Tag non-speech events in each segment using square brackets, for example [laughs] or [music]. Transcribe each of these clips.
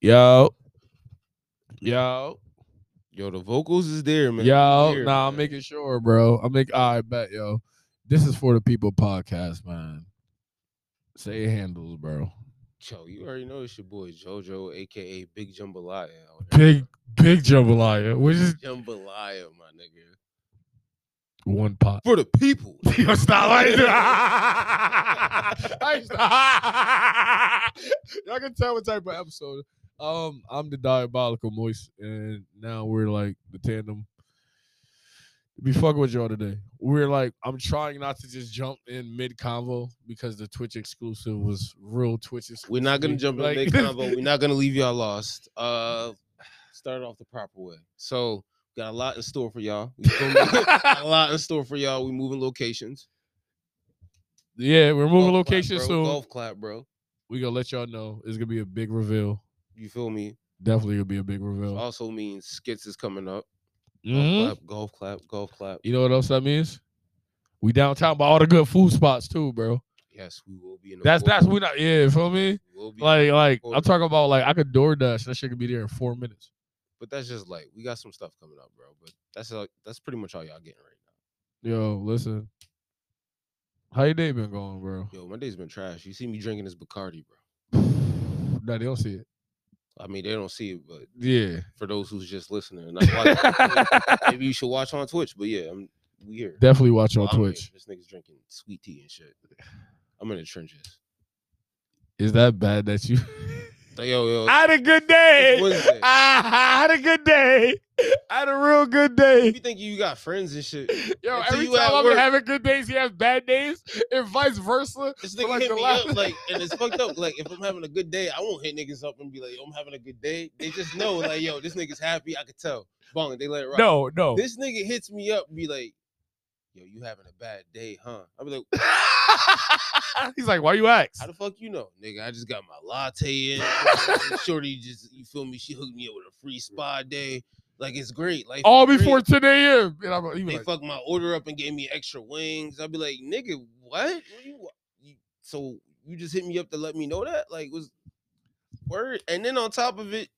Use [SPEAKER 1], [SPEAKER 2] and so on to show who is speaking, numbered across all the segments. [SPEAKER 1] Yo, yo,
[SPEAKER 2] Yo, the vocals is there, man.
[SPEAKER 1] yo.
[SPEAKER 2] Here,
[SPEAKER 1] Nah, I'm
[SPEAKER 2] man.
[SPEAKER 1] making sure, bro. I'm make. I bet, yo. This is for the people podcast, man. Say your handles, bro.
[SPEAKER 2] Yo, you already know it's your boy JoJo, aka Big Jambalaya. out here.
[SPEAKER 1] Big, big jambalaya, which is
[SPEAKER 2] Jambalaya, my nigga.
[SPEAKER 1] one pot.
[SPEAKER 2] For the people.
[SPEAKER 1] [laughs] Yo, stop [laughs]
[SPEAKER 2] [laughs]
[SPEAKER 1] right there. [laughs] Y'all can tell what type of episode. Um, I'm the diabolical moist, and now we're like the tandem. Be fucking with y'all today. We're like, I'm trying not to just jump in mid convo because the Twitch exclusive was real Twitch exclusive.
[SPEAKER 2] We're not gonna jump in
[SPEAKER 1] Like-
[SPEAKER 2] the big combo. We're not gonna leave y'all lost. Uh start off the proper way. So got a lot in store for y'all.
[SPEAKER 1] [laughs]
[SPEAKER 2] We feel me? Got a lot in store for y'all. We moving locations.
[SPEAKER 1] [laughs] yeah, we're moving
[SPEAKER 2] Golf clap,
[SPEAKER 1] location
[SPEAKER 2] bro.
[SPEAKER 1] soon.
[SPEAKER 2] Golf clap, bro.
[SPEAKER 1] We gonna let y'all know it's gonna be a big reveal.
[SPEAKER 2] You feel me?
[SPEAKER 1] Definitely gonna be a big reveal.
[SPEAKER 2] Also means skits is coming up. Golf
[SPEAKER 1] Mhm.
[SPEAKER 2] clap, golf clap, golf clap.
[SPEAKER 1] You know what else that means? We downtown by all the good food spots too, bro.
[SPEAKER 2] Yes, we will be in the
[SPEAKER 1] That's that's
[SPEAKER 2] border.
[SPEAKER 1] we not yeah, feel me?
[SPEAKER 2] We will be in the
[SPEAKER 1] Like like I'm
[SPEAKER 2] Order.
[SPEAKER 1] talking about like I could DoorDash that shit could be there in four minutes.
[SPEAKER 2] But that's just like we got some stuff coming up, bro. But that's all that's pretty much all y'all getting right
[SPEAKER 1] Yo, listen. How your day been going, bro? [sighs]
[SPEAKER 2] now. Yo, my day's been trash. You see me drinking this Bacardi, bro.
[SPEAKER 1] nah, they don't see it.
[SPEAKER 2] I mean, they don't see it, but [laughs]
[SPEAKER 1] Yeah.
[SPEAKER 2] for those who's just listening and not
[SPEAKER 1] [laughs]
[SPEAKER 2] watching, maybe you should watch on Twitch. But yeah, I'm we here.
[SPEAKER 1] Definitely watch on
[SPEAKER 2] I'm here.
[SPEAKER 1] Twitch.
[SPEAKER 2] This nigga's drinking sweet tea and shit. I'm in the trenches.
[SPEAKER 1] Is that bad that you
[SPEAKER 2] So,
[SPEAKER 1] [laughs]
[SPEAKER 2] yo, yo,
[SPEAKER 1] had a good
[SPEAKER 2] It's Wednesday.
[SPEAKER 1] [laughs] I had a good day. I had a real good day.
[SPEAKER 2] you think you got friends and shit?
[SPEAKER 1] Yo,
[SPEAKER 2] Until
[SPEAKER 1] every
[SPEAKER 2] you at
[SPEAKER 1] time I'm
[SPEAKER 2] work.
[SPEAKER 1] having good days, he has bad days, and vice versa.
[SPEAKER 2] This
[SPEAKER 1] For
[SPEAKER 2] nigga
[SPEAKER 1] like
[SPEAKER 2] hit
[SPEAKER 1] the
[SPEAKER 2] me
[SPEAKER 1] last- [laughs]
[SPEAKER 2] up like, and it's fucked up. Like, if I'm having a good day, I won't hit niggas up and be like, "Yo, I'm having a good day." They just know, like, yo, this nigga's happy. I could tell. Bong, they let it rock.
[SPEAKER 1] No, no.
[SPEAKER 2] This nigga hits me up and be like, yo, you having a bad day, huh? I'll be like,
[SPEAKER 1] [laughs] He's like, why you ask?
[SPEAKER 2] how the fuck you know? Nigga, I just got my
[SPEAKER 1] [laughs]
[SPEAKER 2] latte in. Shorty just, you feel me? She hooked me up with a free spa day. Like, it's great. Like,
[SPEAKER 1] All before 10 a.m. And I'm he was
[SPEAKER 2] They
[SPEAKER 1] like,
[SPEAKER 2] fucked my order up and gave me extra wings. I'll be like, nigga, what? What you, wa- you- so you just hit me up to let me know that? Like, was word. And then on top of it,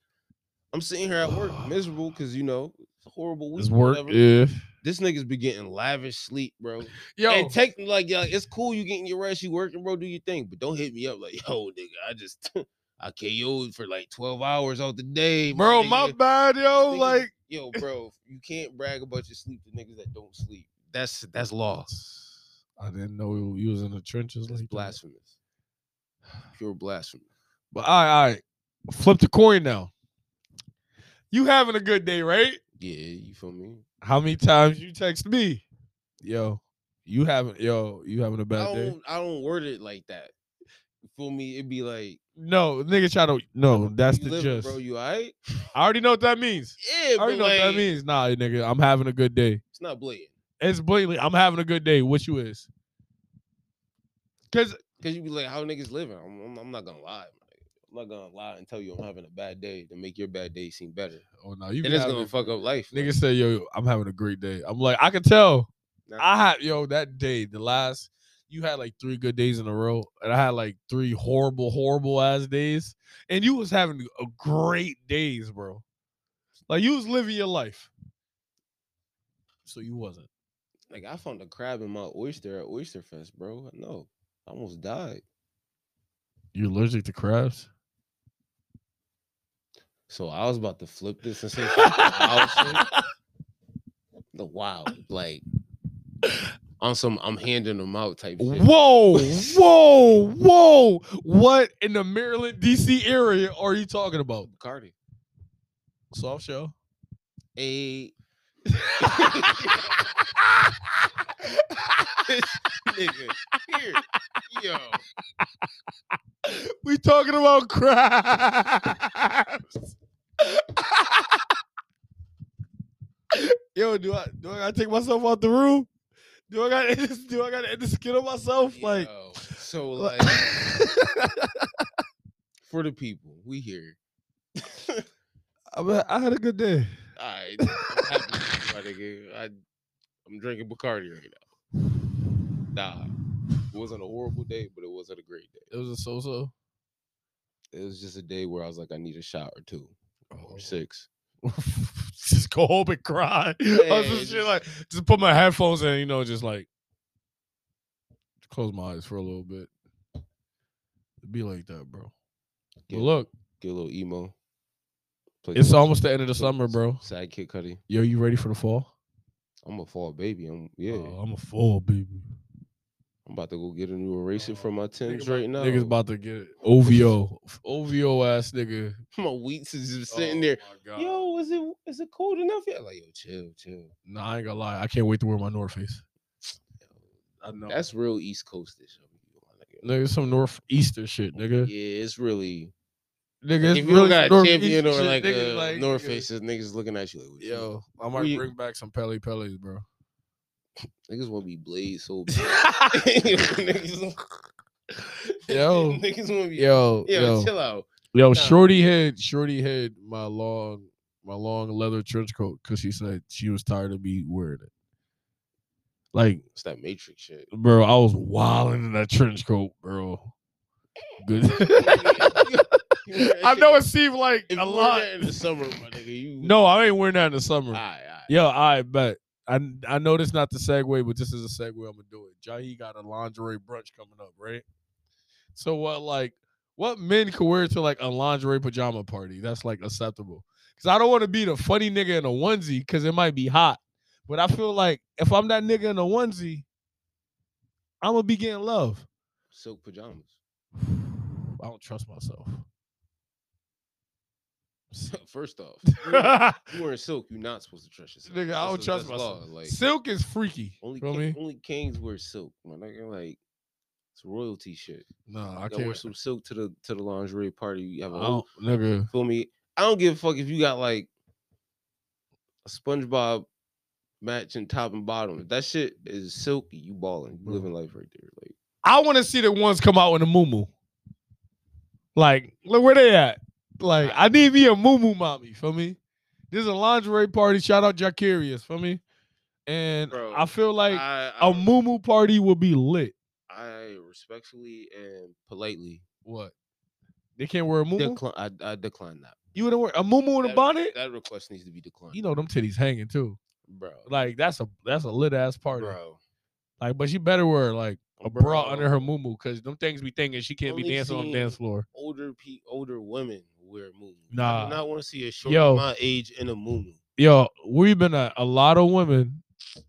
[SPEAKER 2] I'm sitting here
[SPEAKER 1] [sighs]
[SPEAKER 2] at work miserable because, you know, it's a horrible week.
[SPEAKER 1] it's
[SPEAKER 2] or
[SPEAKER 1] work.
[SPEAKER 2] whatever.
[SPEAKER 1] Yeah.
[SPEAKER 2] This nigga's be getting lavish sleep, bro.
[SPEAKER 1] Yo,
[SPEAKER 2] And take like, yeah, it's cool you getting your rest, you working, bro. Do your thing, but don't hit me up like, [laughs] yo, nigga, I just [laughs] I KO'd for like twelve hours out the day, my
[SPEAKER 1] bro, my
[SPEAKER 2] nigga."
[SPEAKER 1] bad, yo.
[SPEAKER 2] Niggas-
[SPEAKER 1] Like,
[SPEAKER 2] yo, bro, you can't brag about your sleep to niggas that don't sleep. That's that's law.
[SPEAKER 1] I didn't know you was in the trenches.
[SPEAKER 2] That's
[SPEAKER 1] like that.
[SPEAKER 2] blasphemous. Pure blasphemy.
[SPEAKER 1] But all right, all right. Flip the coin now. You having a good day, right?
[SPEAKER 2] Yeah, you feel me?
[SPEAKER 1] How many times you text me? Yo, you having yo, you having a
[SPEAKER 2] I
[SPEAKER 1] bad day?
[SPEAKER 2] don't I don't word it like that. You feel me? It'd be like
[SPEAKER 1] No, nigga try to no, that's
[SPEAKER 2] you
[SPEAKER 1] the
[SPEAKER 2] living,
[SPEAKER 1] just.
[SPEAKER 2] bro, you alright?
[SPEAKER 1] I already know what that means.
[SPEAKER 2] Yeah,
[SPEAKER 1] I already
[SPEAKER 2] but
[SPEAKER 1] know what
[SPEAKER 2] like,
[SPEAKER 1] that means. Nah, nigga, I'm having a good day.
[SPEAKER 2] it's not blatant.
[SPEAKER 1] It's blatantly, I'm having a good day. What you is? Cause
[SPEAKER 2] Cause you be like, how niggas living? I'm, I'm, I'm not gonna lie. my nigga. I'm not gonna lie and tell you I'm having a bad day to make your bad day seem better.
[SPEAKER 1] oh no, you
[SPEAKER 2] And it's gonna fuck up life. like,
[SPEAKER 1] nigga say yo, I'm having a great day. I'm like, I can tell.
[SPEAKER 2] nah.
[SPEAKER 1] I had yo that day, the last you had like three good days in a row, and I had like three horrible, horrible ass days, and you was having a great days, bro. Like you was living your life. So you wasn't.
[SPEAKER 2] like I found a crab in my oyster at Oyster Fest, bro. No, I almost died.
[SPEAKER 1] You're allergic to crabs.
[SPEAKER 2] So I was about to flip this and say some wild [laughs] shit. the wild, like on some I'm handing them out type shit.
[SPEAKER 1] Whoa, whoa, whoa! What in the Maryland, D.C. area are you talking about?
[SPEAKER 2] Cardi.
[SPEAKER 1] Soft shell. [laughs]
[SPEAKER 2] Hey, nigga, here, yo,
[SPEAKER 1] we talking about crabs. [laughs] Yo, do I do I gotta take myself out the room? Do I gotta [laughs] end this, do [laughs] I gotta end the skin on myself? Like,
[SPEAKER 2] yo. so
[SPEAKER 1] like-
[SPEAKER 2] like for the people, we here.
[SPEAKER 1] I'm a- [laughs] I had a good day.
[SPEAKER 2] All right, I'm happy for you, my nigga. I, I'm drinking Bacardi right now. Nah, it wasn't a horrible day, but it wasn't a great day.
[SPEAKER 1] It was a so-so.
[SPEAKER 2] it was just a day where I was like, I need a shot or two
[SPEAKER 1] Oh.
[SPEAKER 2] or six.
[SPEAKER 1] [laughs] just go home and cry. [laughs] I
[SPEAKER 2] Yeah,
[SPEAKER 1] was just, shit
[SPEAKER 2] just-
[SPEAKER 1] like, just put my headphones in, you know, just like close my eyes for a little bit. It'd be like that, bro.
[SPEAKER 2] Yeah.
[SPEAKER 1] But look,
[SPEAKER 2] Get a little emo. Play
[SPEAKER 1] it's
[SPEAKER 2] some
[SPEAKER 1] almost the end of the
[SPEAKER 2] s-
[SPEAKER 1] summer, bro.
[SPEAKER 2] Sidekick Cuddy.
[SPEAKER 1] Yo, you ready for the fall?
[SPEAKER 2] I'm a fall baby. I'm yeah.
[SPEAKER 1] Oh, I'm a fall, baby.
[SPEAKER 2] I'm about to go get a new eraser for my Tim's
[SPEAKER 1] about-
[SPEAKER 2] right now.
[SPEAKER 1] Niggas about to get it. OVO. OVO ass nigga.
[SPEAKER 2] [laughs] my weeks is just sitting
[SPEAKER 1] Oh
[SPEAKER 2] there.
[SPEAKER 1] my God.
[SPEAKER 2] Yo, is it is it cold enough yet? Like, yo, chill, chill.
[SPEAKER 1] Nah, I ain't gonna lie. I can't wait to wear my North Face. I know.
[SPEAKER 2] That's real East Coastish. I'm gonna be
[SPEAKER 1] nigga,
[SPEAKER 2] honest.
[SPEAKER 1] some Northeastern shit, nigga.
[SPEAKER 2] Yeah, it's really.
[SPEAKER 1] Nigga,
[SPEAKER 2] If
[SPEAKER 1] it's
[SPEAKER 2] you
[SPEAKER 1] really
[SPEAKER 2] don't got a
[SPEAKER 1] Northeast
[SPEAKER 2] champion or
[SPEAKER 1] shit,
[SPEAKER 2] like
[SPEAKER 1] nigga,
[SPEAKER 2] a
[SPEAKER 1] like,
[SPEAKER 2] North
[SPEAKER 1] nigga.
[SPEAKER 2] Faces, niggas looking at you like, what you-
[SPEAKER 1] Yo, I might
[SPEAKER 2] We-
[SPEAKER 1] bring back some Pele Pele's, bro.
[SPEAKER 2] niggas want to be
[SPEAKER 1] [laughs]
[SPEAKER 2] blazed so bad. [laughs] niggas,
[SPEAKER 1] Yo.
[SPEAKER 2] [laughs] niggas want to be. Yo,
[SPEAKER 1] yo, yo,
[SPEAKER 2] chill out.
[SPEAKER 1] yo,
[SPEAKER 2] nah.
[SPEAKER 1] Shorty had Shorty had my long my long leather trench coat because she said she was tired of me wearing it. Like,
[SPEAKER 2] It's that Matrix shit.
[SPEAKER 1] bro, I was wilding in that trench coat, bro.
[SPEAKER 2] [laughs]
[SPEAKER 1] Good. [laughs] I know it seemed like
[SPEAKER 2] If
[SPEAKER 1] a
[SPEAKER 2] you wear
[SPEAKER 1] lot.
[SPEAKER 2] that in the summer, my nigga. You
[SPEAKER 1] No, I ain't wearing that in the summer.
[SPEAKER 2] All right, all right.
[SPEAKER 1] Yo, I bet. I I know this not the segue, but this is a segue. I'm gonna do it. Jahi got a lingerie brunch coming up, right? So what, like, what men could wear to like a lingerie pajama party? That's like acceptable. Cause I don't want to be the funny nigga in a onesie, cause it might be hot. But I feel like if I'm that nigga in a onesie, I'm gonna be getting love. [sighs]
[SPEAKER 2] Silk pajamas. [laughs]
[SPEAKER 1] I don't trust myself. [laughs]
[SPEAKER 2] First off, you wearing- you
[SPEAKER 1] Nigga,
[SPEAKER 2] wearing silk, you're not supposed to trust yourself.
[SPEAKER 1] I
[SPEAKER 2] That's
[SPEAKER 1] don't
[SPEAKER 2] a-
[SPEAKER 1] trust
[SPEAKER 2] that's
[SPEAKER 1] myself.
[SPEAKER 2] law, Like,
[SPEAKER 1] Silk is freaky.
[SPEAKER 2] only
[SPEAKER 1] feel
[SPEAKER 2] ki-
[SPEAKER 1] me?
[SPEAKER 2] only kings wear silk. My nigga, like it's royalty shit.
[SPEAKER 1] Nah, I
[SPEAKER 2] I can wear
[SPEAKER 1] can't.
[SPEAKER 2] some silk to the to the lingerie party. You have a
[SPEAKER 1] I
[SPEAKER 2] whole
[SPEAKER 1] don't, nigga.
[SPEAKER 2] Feel me? I don't give a fuck if you got like a SpongeBob matching top and bottom. If that shit is silky, you balling. You
[SPEAKER 1] Bro.
[SPEAKER 2] living life right there. Like
[SPEAKER 1] I want to see the ones come out in a muumuu. Like, look where they at. Like, I need me a muumuu mommy. Feel me? This is a lingerie party. Shout out Jacarius. Feel me? And
[SPEAKER 2] Bro,
[SPEAKER 1] I feel like
[SPEAKER 2] I,
[SPEAKER 1] a
[SPEAKER 2] I,
[SPEAKER 1] muumuu party would be lit.
[SPEAKER 2] I respectfully and politely
[SPEAKER 1] What? They can't wear a muumuu.
[SPEAKER 2] decline. I, I decline that.
[SPEAKER 1] you wouldn't wear a muumuu in a
[SPEAKER 2] That-
[SPEAKER 1] bonnet.
[SPEAKER 2] That request needs to be declined.
[SPEAKER 1] You know them titties hanging too.
[SPEAKER 2] bro,
[SPEAKER 1] Like that's a that's a lit ass party.
[SPEAKER 2] bro,
[SPEAKER 1] Like, but she better wear like a bra under
[SPEAKER 2] bro.
[SPEAKER 1] her muumuu because them things be thinking she can't be
[SPEAKER 2] Only
[SPEAKER 1] dancing on the
[SPEAKER 2] seen-
[SPEAKER 1] dance floor.
[SPEAKER 2] Older pe- older women wear muumuu. I
[SPEAKER 1] Nah.
[SPEAKER 2] do not want to see a short
[SPEAKER 1] Yo.
[SPEAKER 2] my age in a muumuu.
[SPEAKER 1] Yo, we've been a, a lot of women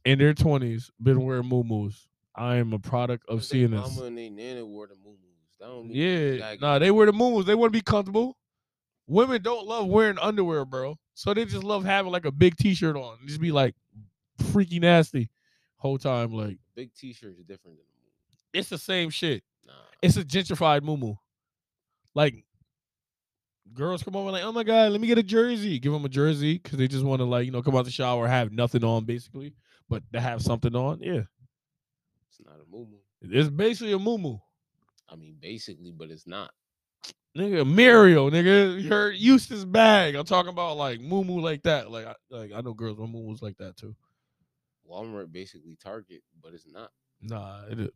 [SPEAKER 1] in their twenties been wearing muumuus. I am a product of
[SPEAKER 2] Cause they
[SPEAKER 1] seeing this.
[SPEAKER 2] Mama and they nana wore the muumuus. That don't mean you
[SPEAKER 1] Yeah,
[SPEAKER 2] gotta
[SPEAKER 1] nah, they wear the muumuus. They want to be comfortable. Women don't love wearing underwear, bro. So they just love having like a big T-shirt on. Just be like freaky nasty whole time. Like
[SPEAKER 2] big t-shirt is different than a muumuu.
[SPEAKER 1] it's the same shit.
[SPEAKER 2] Nah.
[SPEAKER 1] It's a gentrified muumuu. Like girls come over like, oh my god, let me get a jersey. Give them a jersey because they just want to like you know come out the shower have nothing on basically, but to have something on, yeah.
[SPEAKER 2] It's not a muumuu.
[SPEAKER 1] It's basically a muumuu.
[SPEAKER 2] I mean, basically, but it's not.
[SPEAKER 1] Nigga, Mario, nigga, you heard Eustace bag. I'm talking about like muumuu like that. Like, I, like I know girls with muumuus like that too.
[SPEAKER 2] Walmart basically Target, but it's not.
[SPEAKER 1] Nah, it is.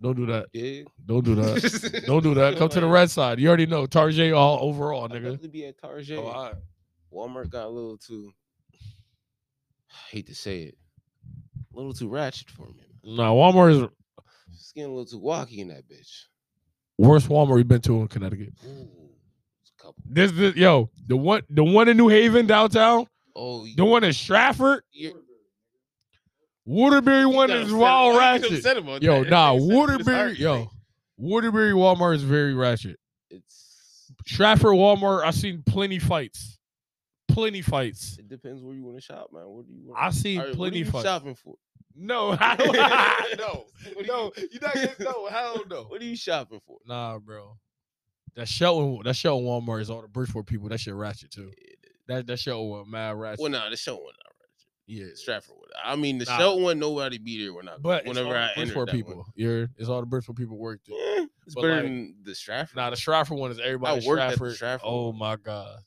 [SPEAKER 1] don't do that.
[SPEAKER 2] Yeah.
[SPEAKER 1] Don't do that.
[SPEAKER 2] [laughs]
[SPEAKER 1] Don't do that. Come to the red side. You already know Target all overall, nigga.
[SPEAKER 2] Definitely be at Target.
[SPEAKER 1] Oh, all right.
[SPEAKER 2] Walmart got a little too. I hate to say it. A little too ratchet for me. man.
[SPEAKER 1] Nah, Walmart is
[SPEAKER 2] It's getting a little too walky in that bitch.
[SPEAKER 1] worst Walmart we've been to in Connecticut.
[SPEAKER 2] Ooh, it's a couple.
[SPEAKER 1] This, this yo, the one, the one in New Haven downtown,
[SPEAKER 2] Oh, you-
[SPEAKER 1] the one in Stratford,
[SPEAKER 2] you're-
[SPEAKER 1] Waterbury one
[SPEAKER 2] got
[SPEAKER 1] is
[SPEAKER 2] upset-
[SPEAKER 1] wild
[SPEAKER 2] why [laughs] you get
[SPEAKER 1] ratchet.
[SPEAKER 2] upset about
[SPEAKER 1] Yo,
[SPEAKER 2] that?
[SPEAKER 1] nah,
[SPEAKER 2] It's hard to
[SPEAKER 1] Waterbury, yo,
[SPEAKER 2] think.
[SPEAKER 1] Waterbury Walmart is very ratchet.
[SPEAKER 2] It's
[SPEAKER 1] Stratford Walmart, I've seen plenty fights. Plenty fights.
[SPEAKER 2] it depends where you want to shop, man. What do you want?
[SPEAKER 1] I've seen
[SPEAKER 2] Alright,
[SPEAKER 1] plenty
[SPEAKER 2] what are you
[SPEAKER 1] fights.
[SPEAKER 2] shopping for?
[SPEAKER 1] [laughs] No,
[SPEAKER 2] [laughs] What are you-
[SPEAKER 1] you're not
[SPEAKER 2] [laughs] gonna-
[SPEAKER 1] no, hell
[SPEAKER 2] What are you shopping for?
[SPEAKER 1] [laughs] Nah, bro. That Shelton, that Shelton Walmart is all the Bridgeport people. That shit ratchet too. That that Shelton was mad ratchet.
[SPEAKER 2] Well, nah, the show one not right.
[SPEAKER 1] yeah,
[SPEAKER 2] Stratford one. I mean, the
[SPEAKER 1] Nah.
[SPEAKER 2] show one nobody be there when I
[SPEAKER 1] but it's all
[SPEAKER 2] whenever
[SPEAKER 1] the
[SPEAKER 2] I entered
[SPEAKER 1] Bridgeport
[SPEAKER 2] that
[SPEAKER 1] people.
[SPEAKER 2] One.
[SPEAKER 1] Yeah, it's all the Bridgeport people worked. It.
[SPEAKER 2] Eh, it's
[SPEAKER 1] But,
[SPEAKER 2] better
[SPEAKER 1] like,
[SPEAKER 2] than the Stratford.
[SPEAKER 1] Nah, the Stratford one is everybody.
[SPEAKER 2] worked at the
[SPEAKER 1] Stratford.
[SPEAKER 2] Stratford
[SPEAKER 1] Oh
[SPEAKER 2] one.
[SPEAKER 1] my god.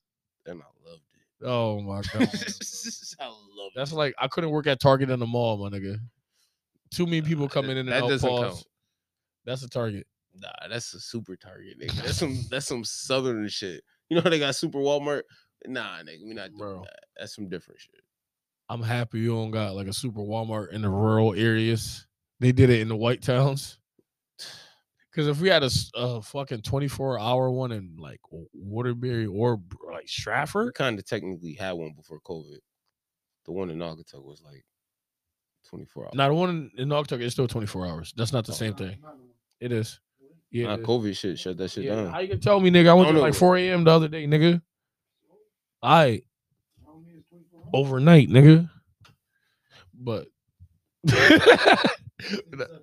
[SPEAKER 2] and I loved it.
[SPEAKER 1] Oh my
[SPEAKER 2] [laughs]
[SPEAKER 1] god.
[SPEAKER 2] I loved
[SPEAKER 1] [laughs] That's
[SPEAKER 2] it.
[SPEAKER 1] like I couldn't work at Target in the mall, my nigga. Too many people
[SPEAKER 2] Nah,
[SPEAKER 1] coming in
[SPEAKER 2] that-
[SPEAKER 1] and
[SPEAKER 2] that
[SPEAKER 1] out.
[SPEAKER 2] doesn't
[SPEAKER 1] pause.
[SPEAKER 2] count.
[SPEAKER 1] That's a Target.
[SPEAKER 2] Nah, that's a super Target, nigga. That's some that's some Southern shit. You know how they got Super Walmart? Nah, nigga, we not doing
[SPEAKER 1] Bro.
[SPEAKER 2] that. That's some different shit.
[SPEAKER 1] I'm happy you don't got like a super Walmart in the rural areas. They did it in the white towns. Cause if we had a, s- a fucking 24 hour one in like W- Waterbury or B- like
[SPEAKER 2] We
[SPEAKER 1] Stratford,
[SPEAKER 2] kind of technically had one before COVID. The one in Naugatuck was like 24 hours.
[SPEAKER 1] now the one in Naugatuck is still 24 hours. That's not the
[SPEAKER 2] Oh.
[SPEAKER 1] same thing. It is. Yeah.
[SPEAKER 2] Nah,
[SPEAKER 1] it is.
[SPEAKER 2] COVID shit shut that shit
[SPEAKER 1] Yeah,
[SPEAKER 2] down.
[SPEAKER 1] How you gonna tell me, nigga? I went
[SPEAKER 2] don't
[SPEAKER 1] to like
[SPEAKER 2] know.
[SPEAKER 1] 4 a.m. the other day, nigga. I overnight, nigga. But [laughs]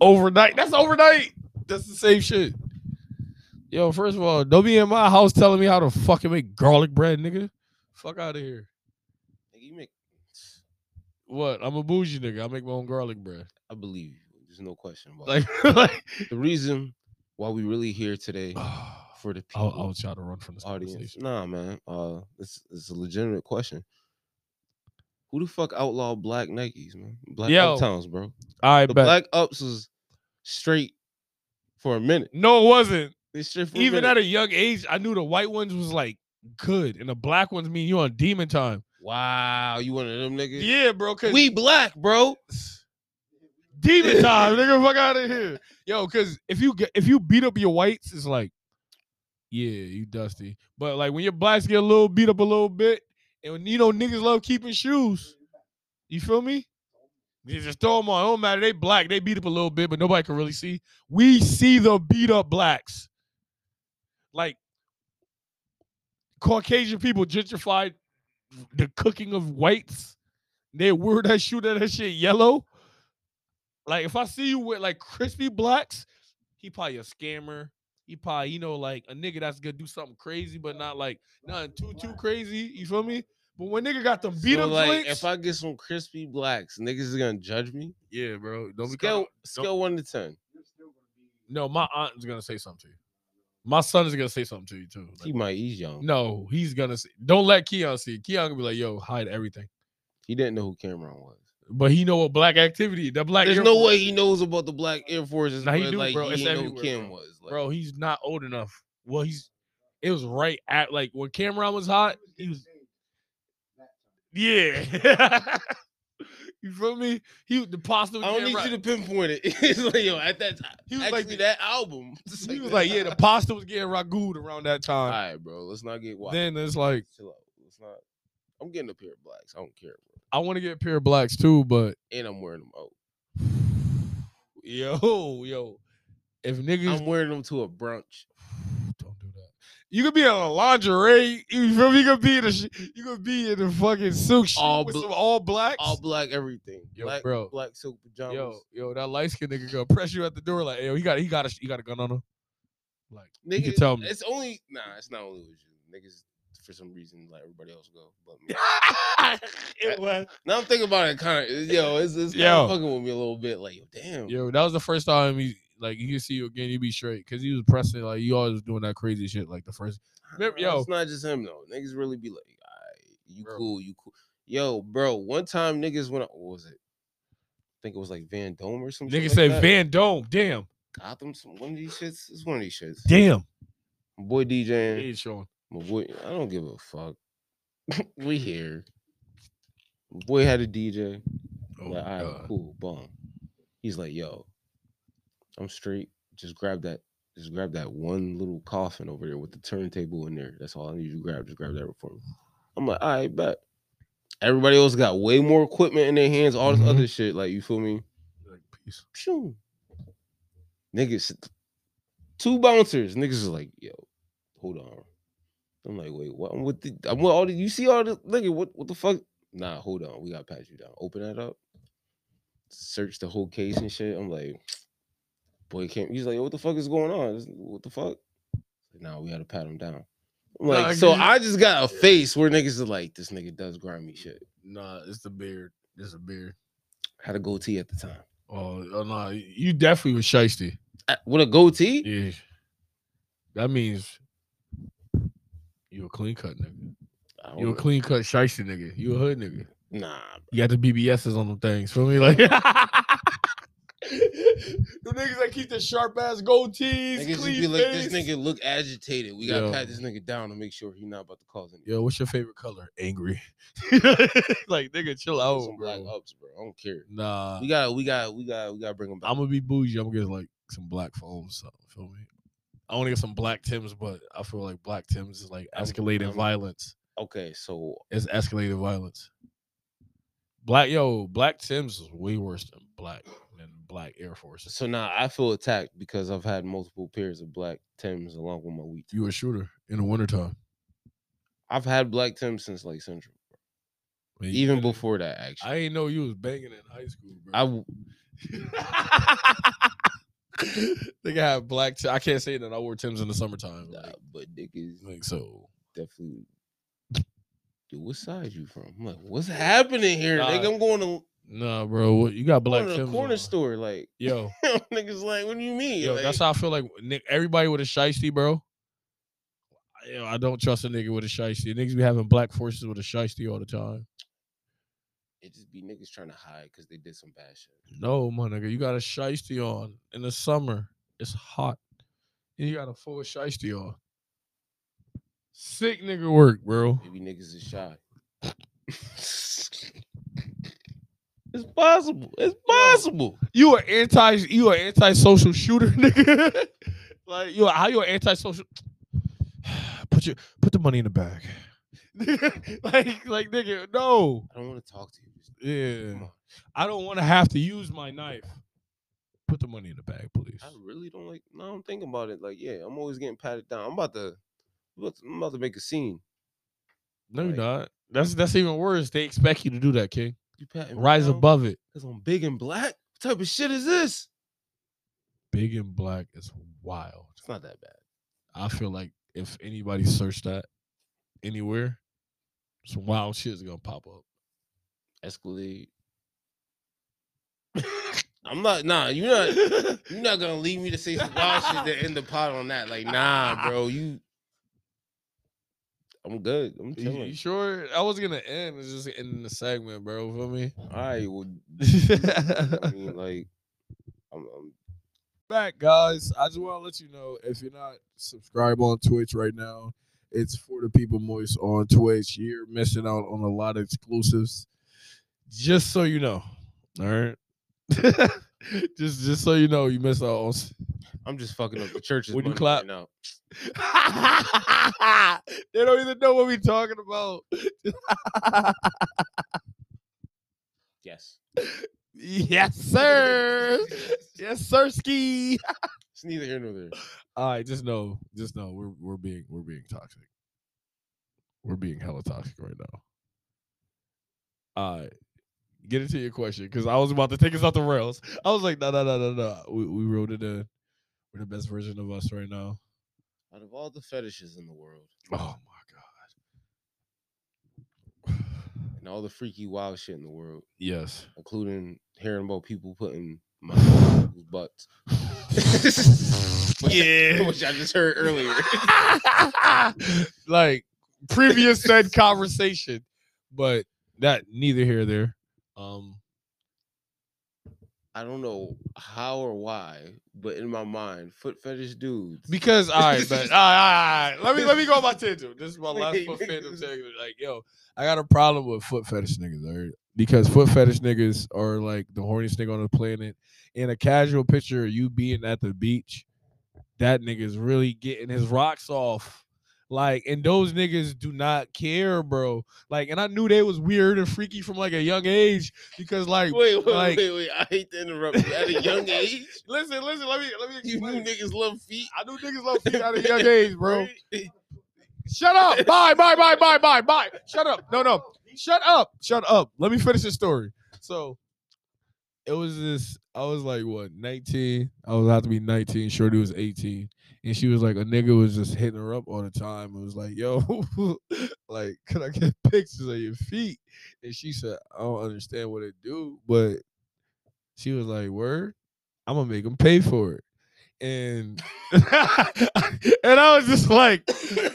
[SPEAKER 1] overnight. That's overnight. That's the same shit. Yo, first of all, don't be in my house telling me how to fucking make garlic bread, nigga. Fuck out of here.
[SPEAKER 2] Nigga, you make,
[SPEAKER 1] What? I'm a bougie nigga. I make my own garlic bread. [laughs]
[SPEAKER 2] I believe you. There's no question about
[SPEAKER 1] Like, like. [sighs]
[SPEAKER 2] it. The reason why we really here today
[SPEAKER 1] I'll,
[SPEAKER 2] for the people,
[SPEAKER 1] I'll try to run from this
[SPEAKER 2] audience.
[SPEAKER 1] conversation.
[SPEAKER 2] Nah, man. Uh, it's it's a legitimate question. Who the fuck outlawed black Nikes, man? Black
[SPEAKER 1] Yo.
[SPEAKER 2] uptowns, bro.
[SPEAKER 1] I
[SPEAKER 2] The
[SPEAKER 1] bet.
[SPEAKER 2] black ups was straight for a minute.
[SPEAKER 1] no, it wasn't.
[SPEAKER 2] They straight for
[SPEAKER 1] Even
[SPEAKER 2] a minute.
[SPEAKER 1] at a young age, I knew the white ones was like good, and the black ones mean you on demon time.
[SPEAKER 2] wow, you one of them niggas?
[SPEAKER 1] Yeah, bro. Cause
[SPEAKER 2] We black, bro.
[SPEAKER 1] [laughs] demon [laughs] time, nigga. Fuck out of here, yo. Because if you get if you beat up your whites, it's like, yeah, you dusty. But like when your blacks get a little beat up a little bit, and when, you know niggas love keeping shoes. You feel me? You just throw them on. It don't matter. They black. They beat up a little bit, but nobody can really see. We see the beat up blacks, like Caucasian people gentrified the cooking of whites. They wear that shoe that that shit yellow. Like if I see you with like crispy blacks, he probably a scammer. He probably you know like a nigga that's gonna do something crazy, but not like nothing too too crazy. You feel me? But when nigga got them beat
[SPEAKER 2] So,
[SPEAKER 1] up
[SPEAKER 2] like,
[SPEAKER 1] joints-
[SPEAKER 2] if I get some crispy blacks, niggas is gonna judge me.
[SPEAKER 1] yeah, bro. Don't be
[SPEAKER 2] Scale
[SPEAKER 1] scared.
[SPEAKER 2] scale one to ten.
[SPEAKER 1] No, my aunt is gonna say something to you. My son is gonna say something to you too.
[SPEAKER 2] He
[SPEAKER 1] Like,
[SPEAKER 2] might he's young.
[SPEAKER 1] no, he's gonna say. Don't let Keon see. it. Keon gonna be like, "Yo, hide everything."
[SPEAKER 2] He didn't know who Cameron was.
[SPEAKER 1] But he know what black activity. That black.
[SPEAKER 2] There's
[SPEAKER 1] Air
[SPEAKER 2] no
[SPEAKER 1] Force-
[SPEAKER 2] way he knows about the black Air Forces.
[SPEAKER 1] Nah, he
[SPEAKER 2] but,
[SPEAKER 1] do,
[SPEAKER 2] like,
[SPEAKER 1] bro.
[SPEAKER 2] He
[SPEAKER 1] It's
[SPEAKER 2] didn't know who
[SPEAKER 1] everywhere,
[SPEAKER 2] Cam
[SPEAKER 1] bro.
[SPEAKER 2] was. Like,
[SPEAKER 1] bro. He's not old enough. Well, he's. It was right at like when Cameron was hot. He was. Yeah. [laughs] you feel me? He the pasta. with
[SPEAKER 2] I don't need
[SPEAKER 1] Cameron-
[SPEAKER 2] you to pinpoint it. [laughs] it's like, yo, at that time,
[SPEAKER 1] He was
[SPEAKER 2] actually,
[SPEAKER 1] like the-
[SPEAKER 2] that album. [laughs] It's
[SPEAKER 1] He was like, yeah, the pasta was getting ragout around that time.
[SPEAKER 2] all right, bro. Let's not get wild.
[SPEAKER 1] Then it's like.
[SPEAKER 2] Chill out. Let's not. I'm getting a pair of blacks. I don't care, bro.
[SPEAKER 1] I want to get a pair of blacks too, but [sighs]
[SPEAKER 2] And I'm wearing them out.
[SPEAKER 1] yo, yo, if niggas
[SPEAKER 2] I'm wearing them to a brunch.
[SPEAKER 1] don't do that, you could be in a lingerie. You feel me? You could be in a, sh- you could be in a fucking silk shoe
[SPEAKER 2] All
[SPEAKER 1] with
[SPEAKER 2] bl-
[SPEAKER 1] some all blacks.
[SPEAKER 2] All black everything.
[SPEAKER 1] Yo,
[SPEAKER 2] black,
[SPEAKER 1] bro.
[SPEAKER 2] Black silk pajamas.
[SPEAKER 1] yo, yo, that light skinned nigga gonna press you at the door like, yo, he got, he got, a, he got a gun on him. Like,
[SPEAKER 2] Nigga,
[SPEAKER 1] you can tell me.
[SPEAKER 2] It's only nah. It's not only with you. Niggas for some reason let everybody else go, but me.
[SPEAKER 1] It was-
[SPEAKER 2] now I'm thinking about it. Kind of yo, it's, it's kind
[SPEAKER 1] Yo.
[SPEAKER 2] of fucking with me a little bit. Like yo, damn.
[SPEAKER 1] Yo, that was the first time he like he could see you again. You be straight because he was pressing like you always was doing that crazy shit. Like the first, Remember-
[SPEAKER 2] Bro,
[SPEAKER 1] yo.
[SPEAKER 2] it's not just him though. Niggas really be like, Alright, you
[SPEAKER 1] Bro.
[SPEAKER 2] cool, you cool. Yo, bro, one time niggas went. What was it? I think it was like Van Dome or something.
[SPEAKER 1] nigga
[SPEAKER 2] like
[SPEAKER 1] said
[SPEAKER 2] that.
[SPEAKER 1] Van Dome. Damn,
[SPEAKER 2] Gotham. Some, one of these shits. It's one of these shits.
[SPEAKER 1] damn.
[SPEAKER 2] My boy DJing.
[SPEAKER 1] He's showing.
[SPEAKER 2] My boy. I don't give a fuck. [laughs] we here. My boy had a DJ. I'm
[SPEAKER 1] Oh,
[SPEAKER 2] like, all right,
[SPEAKER 1] God.
[SPEAKER 2] cool, boom. He's like, yo, I'm straight. Just grab that, just grab that one little coffin over there with the turntable in there. That's all I need you to grab. Just grab that for me. I'm like, all right, bet. Everybody else got way more equipment in their hands, all this
[SPEAKER 1] Mhm.
[SPEAKER 2] other shit. Like, you feel me?
[SPEAKER 1] Like, peace.
[SPEAKER 2] Phew. Niggas, two bouncers. Niggas is like, yo, hold on. I'm like, wait, what? I'm with the, I'm with all the, you see all the, nigga, what, what the fuck? Nah, hold on. We got to pass you down. Open that up. Search the whole case and shit. I'm like, boy, can't, he's like, yo, what the fuck is going on? This- What the fuck? Nah, we got to pat him down. I'm
[SPEAKER 1] Nah,
[SPEAKER 2] like,
[SPEAKER 1] I
[SPEAKER 2] so
[SPEAKER 1] get it.
[SPEAKER 2] I just got a face where niggas are like, this nigga does grimy shit.
[SPEAKER 1] Nah, it's the beard. It's the beard.
[SPEAKER 2] Had a goatee at the time.
[SPEAKER 1] Oh, oh no, you definitely was shiesty.
[SPEAKER 2] Uh, With a goatee?
[SPEAKER 1] Yeah. That means you a clean cut nigga.
[SPEAKER 2] I
[SPEAKER 1] You a
[SPEAKER 2] don't-
[SPEAKER 1] clean cut shiesty nigga. You a hood nigga.
[SPEAKER 2] Nah,
[SPEAKER 1] [laughs] You got the BBSs on them things. Feel me? Like keep the sharp ass gold tees,
[SPEAKER 2] Niggas just
[SPEAKER 1] clean
[SPEAKER 2] be like, this
[SPEAKER 1] face.
[SPEAKER 2] nigga look agitated. We gotta
[SPEAKER 1] Yo.
[SPEAKER 2] pat this nigga down to make sure he not about to cause anything.
[SPEAKER 1] Yo, what's your favorite color? Angry. [laughs] like nigga, chill
[SPEAKER 2] Get
[SPEAKER 1] out,
[SPEAKER 2] some black
[SPEAKER 1] bro.
[SPEAKER 2] ups, bro. I don't care.
[SPEAKER 1] Nah,
[SPEAKER 2] We gotta, we gotta, we gotta, we gotta bring him back.
[SPEAKER 1] I'm gonna be bougie. I'm gonna get like some black foams. So, feel me? I want to get some black Tims, but I feel like black Tims is like
[SPEAKER 2] I'm-
[SPEAKER 1] escalated
[SPEAKER 2] I'm-
[SPEAKER 1] violence.
[SPEAKER 2] okay, so
[SPEAKER 1] It's escalated violence. Black yo, black Tims is way worse than black than black Air Forces.
[SPEAKER 2] so now I feel attacked because I've had multiple pairs of black Tims along with my wheat.
[SPEAKER 1] You a shooter in the wintertime.
[SPEAKER 2] I've had black Tims since like Central,
[SPEAKER 1] I mean, you
[SPEAKER 2] even
[SPEAKER 1] gotta-
[SPEAKER 2] before that. Actually,
[SPEAKER 1] I ain't know you was banging in high school, bro.
[SPEAKER 2] I, w-
[SPEAKER 1] [laughs] they got have black. T- I can't say that I wore Tims in the summertime.
[SPEAKER 2] nah,
[SPEAKER 1] Like,
[SPEAKER 2] but niggas
[SPEAKER 1] like, so, [laughs]
[SPEAKER 2] definitely. Dude, what side you from? I'm like, what's happening here,
[SPEAKER 1] Nah,
[SPEAKER 2] nigga? I'm going to,
[SPEAKER 1] nah, bro. What, you got black
[SPEAKER 2] going to the
[SPEAKER 1] Tims.
[SPEAKER 2] corner
[SPEAKER 1] on.
[SPEAKER 2] store, like. [laughs]
[SPEAKER 1] Yo,
[SPEAKER 2] niggas like, what do you [laughs] mean?
[SPEAKER 1] yo,
[SPEAKER 2] like,
[SPEAKER 1] that's how I feel like Nick, everybody with a shiesty, bro. I- Yo, I don't trust a nigga with a shiesty. Niggas be having black forces with a shiesty all the time.
[SPEAKER 2] it just be niggas trying to hide because they did some bad shit.
[SPEAKER 1] No, my nigga, you got a shiesty on in the summer. It's hot. And you got a full shiesty on. Sick nigga work, bro.
[SPEAKER 2] Maybe niggas is shy. [laughs] it's possible. It's possible.
[SPEAKER 1] You are anti. You are anti-social shooter, [laughs] nigga. like you, are, how you are anti-social? [sighs] Put your put the money in the bag. [laughs] like like nigga, no.
[SPEAKER 2] I don't want to talk to you. Just
[SPEAKER 1] Yeah,
[SPEAKER 2] Come on.
[SPEAKER 1] I don't want to have to use my knife. Put the money in the bag, please.
[SPEAKER 2] I really don't like. No, I'm thinking about it. Like, yeah, I'm always getting patted down. I'm about to. I'm about to, I'm about to make a scene.
[SPEAKER 1] No, you're
[SPEAKER 2] like-
[SPEAKER 1] not. That's that's even worse. They expect you to do that, King.
[SPEAKER 2] You patting me
[SPEAKER 1] Rise
[SPEAKER 2] down
[SPEAKER 1] above it.
[SPEAKER 2] 'cause I'm big and black. What type of shit is this?
[SPEAKER 1] Big and black is wild.
[SPEAKER 2] It's not that bad.
[SPEAKER 1] I feel like if anybody searched that anywhere, some wild shit is gonna pop up.
[SPEAKER 2] Escalade. [laughs] I'm not. Nah, you're
[SPEAKER 1] [laughs]
[SPEAKER 2] not. You're not gonna leave me to say some wild shit to end the pot on that. Like, nah, bro, you. I'm good. I'm
[SPEAKER 1] You, you
[SPEAKER 2] chilling.
[SPEAKER 1] sure? I was gonna end. It's just ending the segment, bro. Feel me?
[SPEAKER 2] All right. Well, [laughs] I
[SPEAKER 1] [laughs]
[SPEAKER 2] mean, like, I'm, I'm
[SPEAKER 1] Back, guys. I just want to let you know if you're not subscribed on Twitch right now, it's for the people moist on Twitch. You're missing out on a lot of exclusives. Just so you know, all right. [laughs] just, just so you know, you miss out on. s- [laughs]
[SPEAKER 2] I'm just fucking up the church's
[SPEAKER 1] Would you
[SPEAKER 2] money
[SPEAKER 1] clap?
[SPEAKER 2] right now.
[SPEAKER 1] they don't even know what we're talking about. [laughs]
[SPEAKER 2] Yes.
[SPEAKER 1] Yes, [laughs] sir. yes, sir. Ski.
[SPEAKER 2] It's neither here nor there.
[SPEAKER 1] All right, just know, just know, we're we're being we're being toxic. We're being hella toxic right now. All right, get into your question because I was about to take us off the rails. I was like, no, no, no, no, no. We we wrote it in. We're the best version of us right now.
[SPEAKER 2] Out of all the fetishes in the world
[SPEAKER 1] Oh my god. [sighs]
[SPEAKER 2] and all the freaky wild shit in the world,
[SPEAKER 1] Yes.
[SPEAKER 2] including hearing about people putting my people's butts,
[SPEAKER 1] [laughs]
[SPEAKER 2] [laughs]
[SPEAKER 1] yeah.
[SPEAKER 2] which I just heard earlier.
[SPEAKER 1] [laughs] like previous said conversation, but that neither here or there. Um.
[SPEAKER 2] I don't know how or why, but in my mind, foot fetish dudes.
[SPEAKER 1] Because all right, but all right, all right, all right. let me let me go on my tangent. This is my last foot fandom tangent. Like, yo, I got a problem with foot fetish niggas, all right? Because foot fetish niggas are like the horniest nigga on the planet. In a casual picture of you being at the beach, that nigga's really getting his rocks off. Like, and those niggas do not care, bro. Like, and I knew they was weird and freaky from like a young age because, like,
[SPEAKER 2] wait, wait,
[SPEAKER 1] like-
[SPEAKER 2] wait, wait. I hate to interrupt you. At
[SPEAKER 1] [laughs]
[SPEAKER 2] a young age,
[SPEAKER 1] listen, listen, let me let me
[SPEAKER 2] you
[SPEAKER 1] explain.
[SPEAKER 2] niggas love feet.
[SPEAKER 1] I knew niggas love feet [laughs] at a young age, bro.
[SPEAKER 2] right? [laughs]
[SPEAKER 1] Shut up. Bye, bye, bye, bye, bye, bye. Shut up. No, no. Shut up. Shut up. Let me finish the story. So it was this, I was like, what, 19? I was about to be 19. Shorty was 18. And she was like, a nigga was just hitting her up all the time. It was like, yo, [laughs] like, could I get [laughs] pictures of your feet? And she said, I don't understand what it do, but she was like, word, I'm gonna make him pay for it. And [laughs] and I was just like,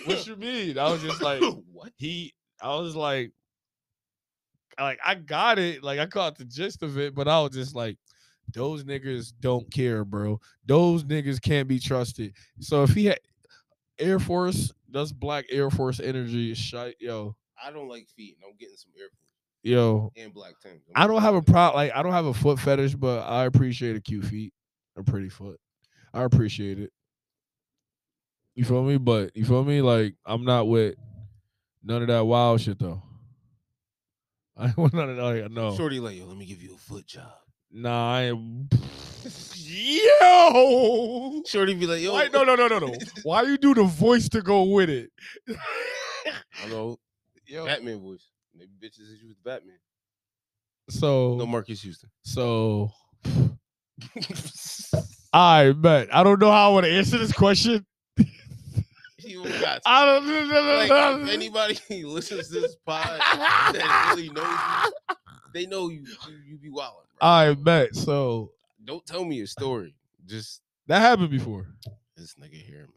[SPEAKER 1] what you mean? I was just like,
[SPEAKER 2] [laughs] what?
[SPEAKER 1] he, I was like, like I got it, like I caught the gist of it, but I was just like, Those niggas don't care, bro. Those niggas can't be trusted. So if he had Air Force, that's black Air Force energy. is Shite, yo,
[SPEAKER 2] I don't like feet, and I'm getting some Air Force
[SPEAKER 1] yo.
[SPEAKER 2] and black Timbs. I'm
[SPEAKER 1] I don't
[SPEAKER 2] getting
[SPEAKER 1] have a
[SPEAKER 2] black
[SPEAKER 1] pro like I don't have a foot fetish, but I appreciate a cute feet, a pretty foot. I appreciate it. You feel me? But you feel me? Like I'm not with none of that wild shit though. [laughs] I ain't with none of that. Like,
[SPEAKER 2] Timbs.
[SPEAKER 1] no,
[SPEAKER 2] Shorty like, yo, let me give you a foot job.
[SPEAKER 1] nah, I am. [laughs] Yo,
[SPEAKER 2] Shorty be like, yo,
[SPEAKER 1] Why-
[SPEAKER 2] [laughs]
[SPEAKER 1] no, no, no, no, no. Why you do the voice to go with it?
[SPEAKER 2] I know
[SPEAKER 1] Yo,
[SPEAKER 2] Batman voice. Maybe bitches is used to Batman.
[SPEAKER 1] so
[SPEAKER 2] No Marcus Houston. [laughs]
[SPEAKER 1] So I bet. I don't know how I want to answer this question.
[SPEAKER 2] he would got to.
[SPEAKER 1] I don't
[SPEAKER 2] like
[SPEAKER 1] [laughs]
[SPEAKER 2] if anybody [laughs] who listens to this pod that really knows you, they know you you, you be wilding. bro.
[SPEAKER 1] I bet. So
[SPEAKER 2] Don't tell me your story. Just
[SPEAKER 1] that happened before.
[SPEAKER 2] this nigga here,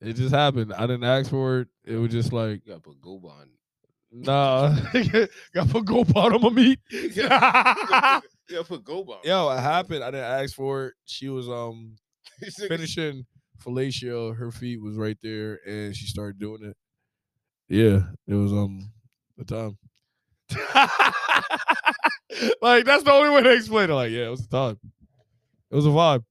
[SPEAKER 2] man.
[SPEAKER 1] It just happened. I didn't ask for it. It was just like,
[SPEAKER 2] You gotta put Goba on.
[SPEAKER 1] nah, [laughs] got put go pot on my [laughs] meat.
[SPEAKER 2] You gotta [laughs]
[SPEAKER 1] Yo,
[SPEAKER 2] put- you gotta put Goba on.
[SPEAKER 1] it
[SPEAKER 2] [laughs]
[SPEAKER 1] happened. I didn't ask for it. She was um
[SPEAKER 2] This nigga-
[SPEAKER 1] finishing fellatio. Her feet was right there, and she started doing it. Yeah, it was um the time. [laughs] like that's the only way to explain it. Like, yeah, it was the time. It was a vibe.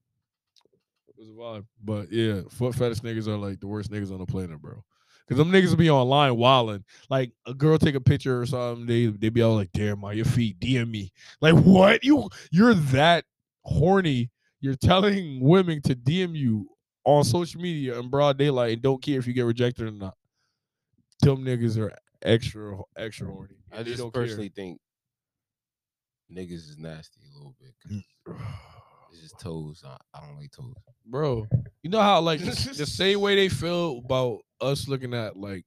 [SPEAKER 1] It was a vibe. But yeah, foot fetish niggas are like the worst niggas on the planet, bro. Cause them niggas be online wilding. Like a girl take a picture or something, they they be all like, "Damn, my your feet, DM me." Like what? You you're that horny. You're telling women to DM you on social media in broad daylight and don't care if you get rejected or not. Them niggas are extra extra horny.
[SPEAKER 2] I
[SPEAKER 1] and they
[SPEAKER 2] just
[SPEAKER 1] don't care. [sighs]
[SPEAKER 2] personally [sighs] think niggas is nasty a little bit. 'cause It's just toes. I, I don't like toes.
[SPEAKER 1] bro. You know how like the s-
[SPEAKER 2] [laughs]
[SPEAKER 1] the same way they feel about us looking at like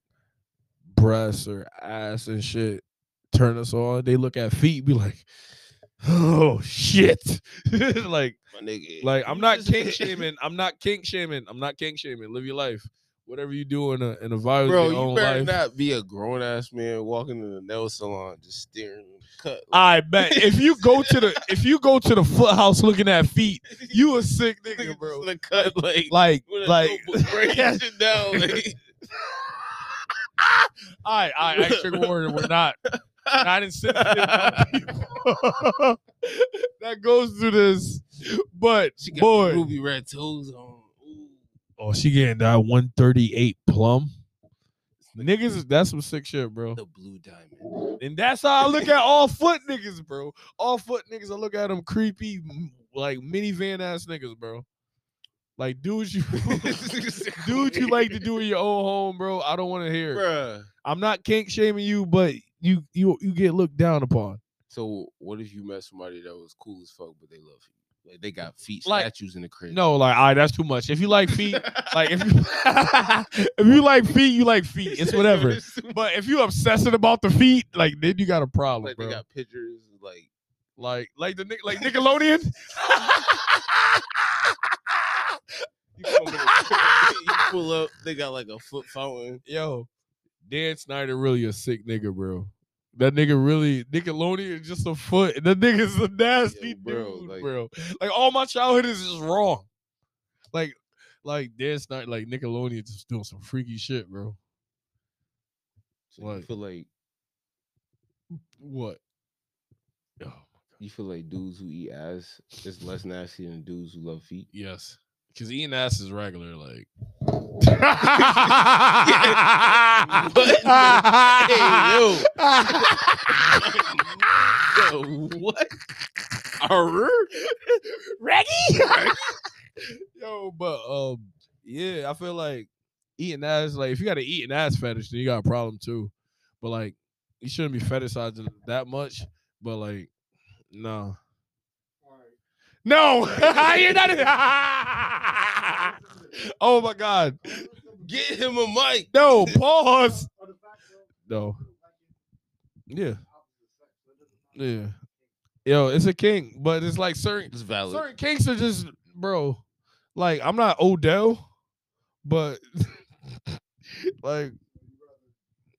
[SPEAKER 1] breasts or ass and shit turn us on. They look at feet, be like, oh shit, [laughs] like
[SPEAKER 2] My nigga.
[SPEAKER 1] like
[SPEAKER 2] you
[SPEAKER 1] I'm not
[SPEAKER 2] just- [laughs]
[SPEAKER 1] kink shaming. I'm not kink shaming. I'm not kink shaming. Live your life. Whatever you do in a in a vibe,
[SPEAKER 2] Bro,
[SPEAKER 1] of your
[SPEAKER 2] you
[SPEAKER 1] own
[SPEAKER 2] better
[SPEAKER 1] life.
[SPEAKER 2] not be a grown ass man walking to the nail salon just staring at the cut.
[SPEAKER 1] I bet if you go to the if you go to the foot house looking at feet, you a
[SPEAKER 2] [laughs]
[SPEAKER 1] sick nigga, bro.
[SPEAKER 2] The cut like
[SPEAKER 1] Like
[SPEAKER 2] with a
[SPEAKER 1] like [laughs]
[SPEAKER 2] notebook, break
[SPEAKER 1] Yeah.
[SPEAKER 2] that
[SPEAKER 1] [laughs]
[SPEAKER 2] shit down. Like,
[SPEAKER 1] I, I, I trigger warning. We're [laughs] not not insensitive on people. [laughs] that goes through this, but
[SPEAKER 2] she got
[SPEAKER 1] boy,
[SPEAKER 2] ruby red toes on. Ooh.
[SPEAKER 1] oh, she getting that one thirty eight plum. Niggas, is- that's some sick shit, bro.
[SPEAKER 2] The blue diamond.
[SPEAKER 1] [laughs] And that's how I look at all foot niggas, bro. All foot niggas, I look at them creepy, m- like minivan ass niggas, bro. Like, do what you [laughs] do what you like to do in your own home, bro. I don't want to hear. it.
[SPEAKER 2] [laughs] Bruh.
[SPEAKER 1] I'm not kink shaming you, but you you you get looked down upon.
[SPEAKER 2] So what if you met somebody that was cool as fuck, but they love you? Like they got feet
[SPEAKER 1] Like-
[SPEAKER 2] statues in the crib.
[SPEAKER 1] No, like, all right, that's too much. If you like feet,
[SPEAKER 2] [laughs]
[SPEAKER 1] like if you [laughs] if you like feet, you like feet. It's whatever.
[SPEAKER 2] [laughs]
[SPEAKER 1] But if you obsessing about the feet, like then you got a problem,
[SPEAKER 2] like
[SPEAKER 1] bro.
[SPEAKER 2] they got pictures like
[SPEAKER 1] like like the Nic- like
[SPEAKER 2] [laughs]
[SPEAKER 1] Nickelodeon.
[SPEAKER 2] you, come in [laughs] the- you pull up, they got like a foot fountain.
[SPEAKER 1] Yo, Dan Snyder really a sick nigga, bro. That nigga really Nickelodeon is just a foot. That nigga's a nasty
[SPEAKER 2] Yo, bro,
[SPEAKER 1] dude,
[SPEAKER 2] like-
[SPEAKER 1] bro. Like all my childhood is just wrong. Like like Dan Snyder, like Nickelodeon just doing some freaky shit, bro.
[SPEAKER 2] So you
[SPEAKER 1] Like-
[SPEAKER 2] feel like
[SPEAKER 1] What? Yo,
[SPEAKER 2] you feel like dudes who eat ass is less nasty than dudes who love [laughs] feet.
[SPEAKER 1] yes. Cause Ian ass is regular, like. [laughs]
[SPEAKER 2] [laughs] Hey, yo, what?
[SPEAKER 1] Ready? [laughs] yo, but um, yeah, I feel like eating ass. Like, if you got an eating ass fetish, then you got a problem too. But like, you shouldn't be fetishizing it that much. But like, no, no, [laughs] you're not. [laughs] oh my god,
[SPEAKER 2] Get him a mic.
[SPEAKER 1] no, pause. No. Yeah. Yeah. Yo, it's a king, but it's like certain
[SPEAKER 2] It's valid.
[SPEAKER 1] certain kinks are just bro. Like I'm not Odell, but [laughs] like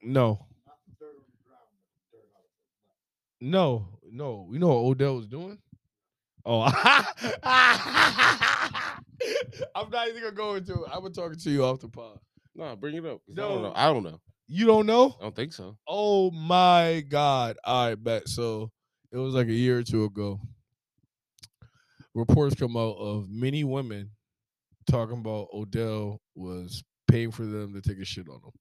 [SPEAKER 1] no, no, no. You know what Odell was doing? Oh, [laughs] I'm not even gonna go into it. I'm talking to you off the pod.
[SPEAKER 2] Nah, bring it up. 'cause I don't
[SPEAKER 1] No.
[SPEAKER 2] know. I don't know.
[SPEAKER 1] You don't know?
[SPEAKER 2] I don't think so.
[SPEAKER 1] Oh my god. All right, bet. So it was like a year or two ago. Reports come out of many women talking about Odell was paying for them to take a shit on them.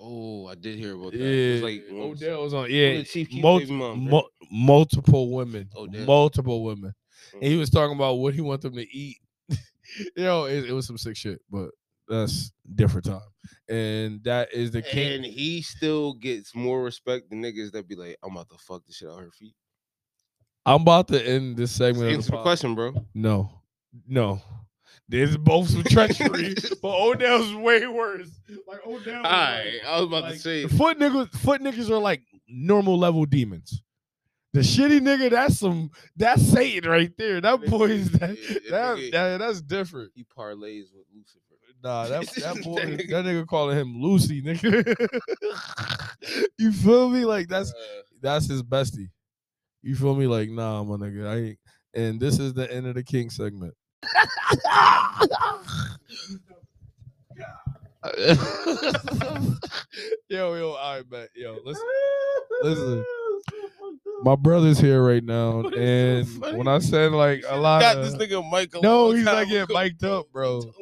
[SPEAKER 2] Oh, I did hear about that. It
[SPEAKER 1] Yeah,
[SPEAKER 2] was like one of the-
[SPEAKER 1] Odell was on.
[SPEAKER 2] one of
[SPEAKER 1] Yeah,
[SPEAKER 2] the Chief Keef
[SPEAKER 1] mul-
[SPEAKER 2] baby mom, bro.
[SPEAKER 1] mul- multiple women,
[SPEAKER 2] Odell.
[SPEAKER 1] multiple women, and
[SPEAKER 2] Mm.
[SPEAKER 1] he was talking about what he want them to eat. [laughs] you know, it, it was some sick shit, but that's different time. And that is the king.
[SPEAKER 2] and he still gets more respect than niggas that be like, I'm about to fuck the shit out her feet.
[SPEAKER 1] I'm about to end this
[SPEAKER 2] Just
[SPEAKER 1] segment. of
[SPEAKER 2] Answer the
[SPEAKER 1] podcast.
[SPEAKER 2] question, [laughs] bro.
[SPEAKER 1] No, no. There's both some
[SPEAKER 2] [laughs]
[SPEAKER 1] treachery, but Odell's way worse. Like Odell. was
[SPEAKER 2] Alright, I was about
[SPEAKER 1] like-
[SPEAKER 2] to say
[SPEAKER 1] like, foot niggas, foot niggas are like normal level demons. The shitty nigga, that's some, that's Satan right there. That
[SPEAKER 2] Nigga,
[SPEAKER 1] boy is that,
[SPEAKER 2] yeah, that
[SPEAKER 1] that,
[SPEAKER 2] nigga-
[SPEAKER 1] that- that's different.
[SPEAKER 2] he parlays with Lucifer.
[SPEAKER 1] Nah,
[SPEAKER 2] [laughs]
[SPEAKER 1] that that boy,
[SPEAKER 2] That
[SPEAKER 1] that
[SPEAKER 2] nigga-
[SPEAKER 1] nigga calling him Lucy, nigga. [laughs] you feel me? Like that's
[SPEAKER 2] Uh,
[SPEAKER 1] that's his bestie. You feel me? Like, nah, my nigga. I ain't. And this is the end of the King segment.
[SPEAKER 2] [laughs] Uh,
[SPEAKER 1] yo, yo, all right, bet. Yo, [laughs] listen.
[SPEAKER 2] [laughs]
[SPEAKER 1] listen. My brother's here right now.
[SPEAKER 2] What
[SPEAKER 1] And
[SPEAKER 2] is so
[SPEAKER 1] when
[SPEAKER 2] funny?
[SPEAKER 1] I said, like, a lot
[SPEAKER 2] [laughs] got
[SPEAKER 1] of.
[SPEAKER 2] this nigga Michael.
[SPEAKER 1] No, he's
[SPEAKER 2] [laughs]
[SPEAKER 1] not getting mic'd up, bro.
[SPEAKER 2] All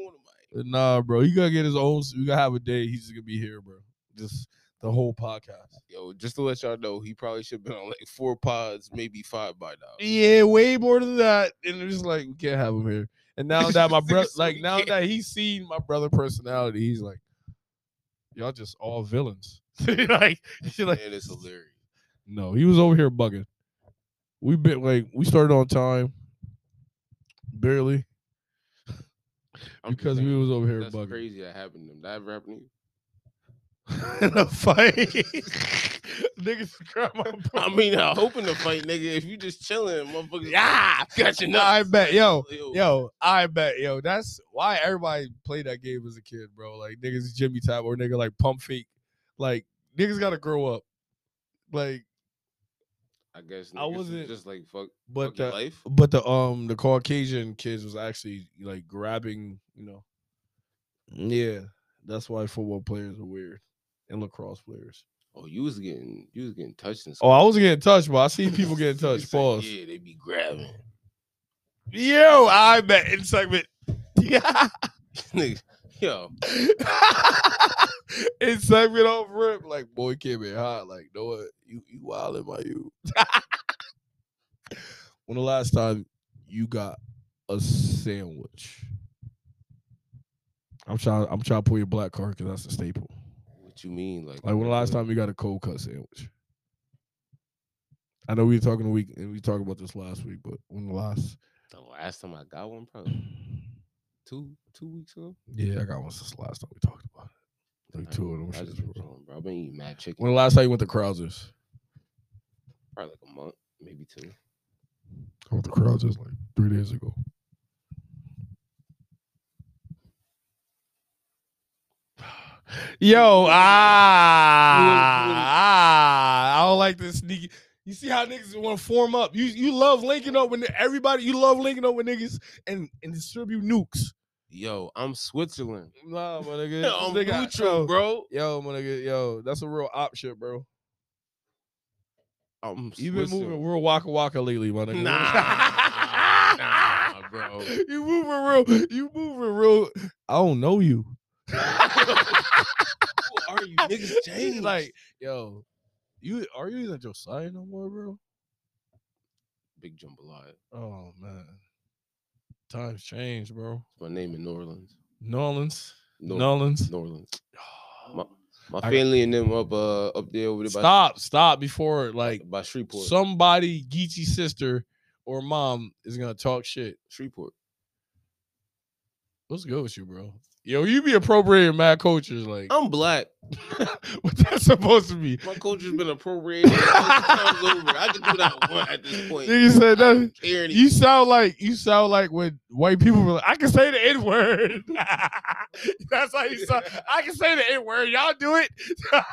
[SPEAKER 1] Nah, bro. You got to get his own. You got to have a day. He's just going to be here, bro. Just the whole podcast.
[SPEAKER 2] Yo, just to let y'all know, he probably should have been on like four pods, maybe five by now.
[SPEAKER 1] Yeah, way more than that. And it's just like we can't have him here. And now that
[SPEAKER 2] [laughs]
[SPEAKER 1] my brother, like now that he's seen my brother personality, he's like, y'all just all villains. [laughs] like, she like,
[SPEAKER 2] Man, it's hilarious.
[SPEAKER 1] no, he was over here bugging. We been like, we started on time, barely,
[SPEAKER 2] I'm just
[SPEAKER 1] because we
[SPEAKER 2] saying,
[SPEAKER 1] was over here
[SPEAKER 2] that's
[SPEAKER 1] bugging.
[SPEAKER 2] crazy that happened to him. That ever happened to you?
[SPEAKER 1] [laughs] In a fight, [laughs] niggas grab
[SPEAKER 2] [laughs]
[SPEAKER 1] my.
[SPEAKER 2] I mean, I hope in the fight, nigga. If you just chilling, motherfuckers, ah,
[SPEAKER 1] Yeah,
[SPEAKER 2] got your nuts.
[SPEAKER 1] I bet, yo.
[SPEAKER 2] Yo,
[SPEAKER 1] Yo, I bet. Yo, that's why everybody played that game as a kid, bro. Like niggas Jimmy Tap or nigga like pump fake. Like niggas gotta grow up. Like,
[SPEAKER 2] I guess
[SPEAKER 1] I
[SPEAKER 2] niggas is
[SPEAKER 1] wasn't-
[SPEAKER 2] just like fuck,
[SPEAKER 1] but
[SPEAKER 2] fuck your
[SPEAKER 1] the
[SPEAKER 2] life.
[SPEAKER 1] but the um the Caucasian kids was actually like grabbing, you know. Yeah, that's why football players are weird and lacrosse players.
[SPEAKER 2] Oh, you was getting, you was getting touched
[SPEAKER 1] Oh,
[SPEAKER 2] and stuff.
[SPEAKER 1] I was getting touched, but I seen people
[SPEAKER 2] [laughs]
[SPEAKER 1] getting touched.
[SPEAKER 2] It's like,
[SPEAKER 1] Pause.
[SPEAKER 2] Yeah, they be grabbing. [laughs]
[SPEAKER 1] Yo, I bet in segment. [laughs] Yeah.
[SPEAKER 2] Niggas, Yo,
[SPEAKER 1] [laughs] it's like it off rip. Like, boy, came in hot. Like, know what? You you wildin' my you. [laughs] when the last time you got a sandwich? I'm trying. I'm trying to pull your black card because that's a staple.
[SPEAKER 2] what you mean? Like,
[SPEAKER 1] Like when the last
[SPEAKER 2] what-
[SPEAKER 1] time you got a cold cut sandwich? I know we were talking a week and we talked about this last week, but when the last?
[SPEAKER 2] The last time I got one, probably two, two weeks ago.
[SPEAKER 1] Yeah, I got one since the last time we talked about it. Like
[SPEAKER 2] Nah,
[SPEAKER 1] two of them.
[SPEAKER 2] I
[SPEAKER 1] shits,
[SPEAKER 2] just been
[SPEAKER 1] bro.
[SPEAKER 2] chilling, bro. I've been eating mad chicken
[SPEAKER 1] When the last time you went to Krausers?
[SPEAKER 2] probably like a month, maybe two.
[SPEAKER 1] I went to Krausers like three days ago. Yo, ah, ah, I don't like this sneaky. You see how niggas want to form up. You you love linking up with everybody. You love linking up with niggas and and distribute nukes.
[SPEAKER 2] Yo, I'm Switzerland.
[SPEAKER 1] Nah, my nigga. [laughs]
[SPEAKER 2] I'm
[SPEAKER 1] This nigga-
[SPEAKER 2] neutral,
[SPEAKER 1] yo,
[SPEAKER 2] bro.
[SPEAKER 1] Yo, my nigga, yo, that's a real op shit, bro.
[SPEAKER 2] I'm
[SPEAKER 1] You've been
[SPEAKER 2] Switzerland.
[SPEAKER 1] moving real waka waka lately, my nigga.
[SPEAKER 2] Nah, nah, bro.
[SPEAKER 1] You moving real. You moving real. I don't know you.
[SPEAKER 2] Who are you? [laughs] Niggas
[SPEAKER 1] He's
[SPEAKER 2] changed.
[SPEAKER 1] Like, yo, you are you even at your side no more, bro?
[SPEAKER 2] [laughs] Big Jambalaya. It's
[SPEAKER 1] Oh man, times change, bro.
[SPEAKER 2] my name in New Orleans.
[SPEAKER 1] New Orleans,
[SPEAKER 2] New,
[SPEAKER 1] New Orleans.
[SPEAKER 2] New Orleans.
[SPEAKER 1] Oh,
[SPEAKER 2] My
[SPEAKER 1] I-
[SPEAKER 2] family and them up uh up there over there by,
[SPEAKER 1] Stop, stop before like
[SPEAKER 2] by Shreveport.
[SPEAKER 1] somebody, Geechee's sister or mom is gonna talk shit.
[SPEAKER 2] Shreveport.
[SPEAKER 1] What's good with you, bro? Yo, you be appropriating mad cultures, like
[SPEAKER 2] I'm black.
[SPEAKER 1] [laughs] what that's supposed to be.
[SPEAKER 2] My culture's been appropriated. a thousand times over. I can do what I want at this point.
[SPEAKER 1] Nigga said
[SPEAKER 2] I
[SPEAKER 1] that.
[SPEAKER 2] don't care anymore.
[SPEAKER 1] You sound like you sound like when white people were like, I can say the N word. [laughs] That's how you sound. I can say the N word. Y'all do it. [laughs]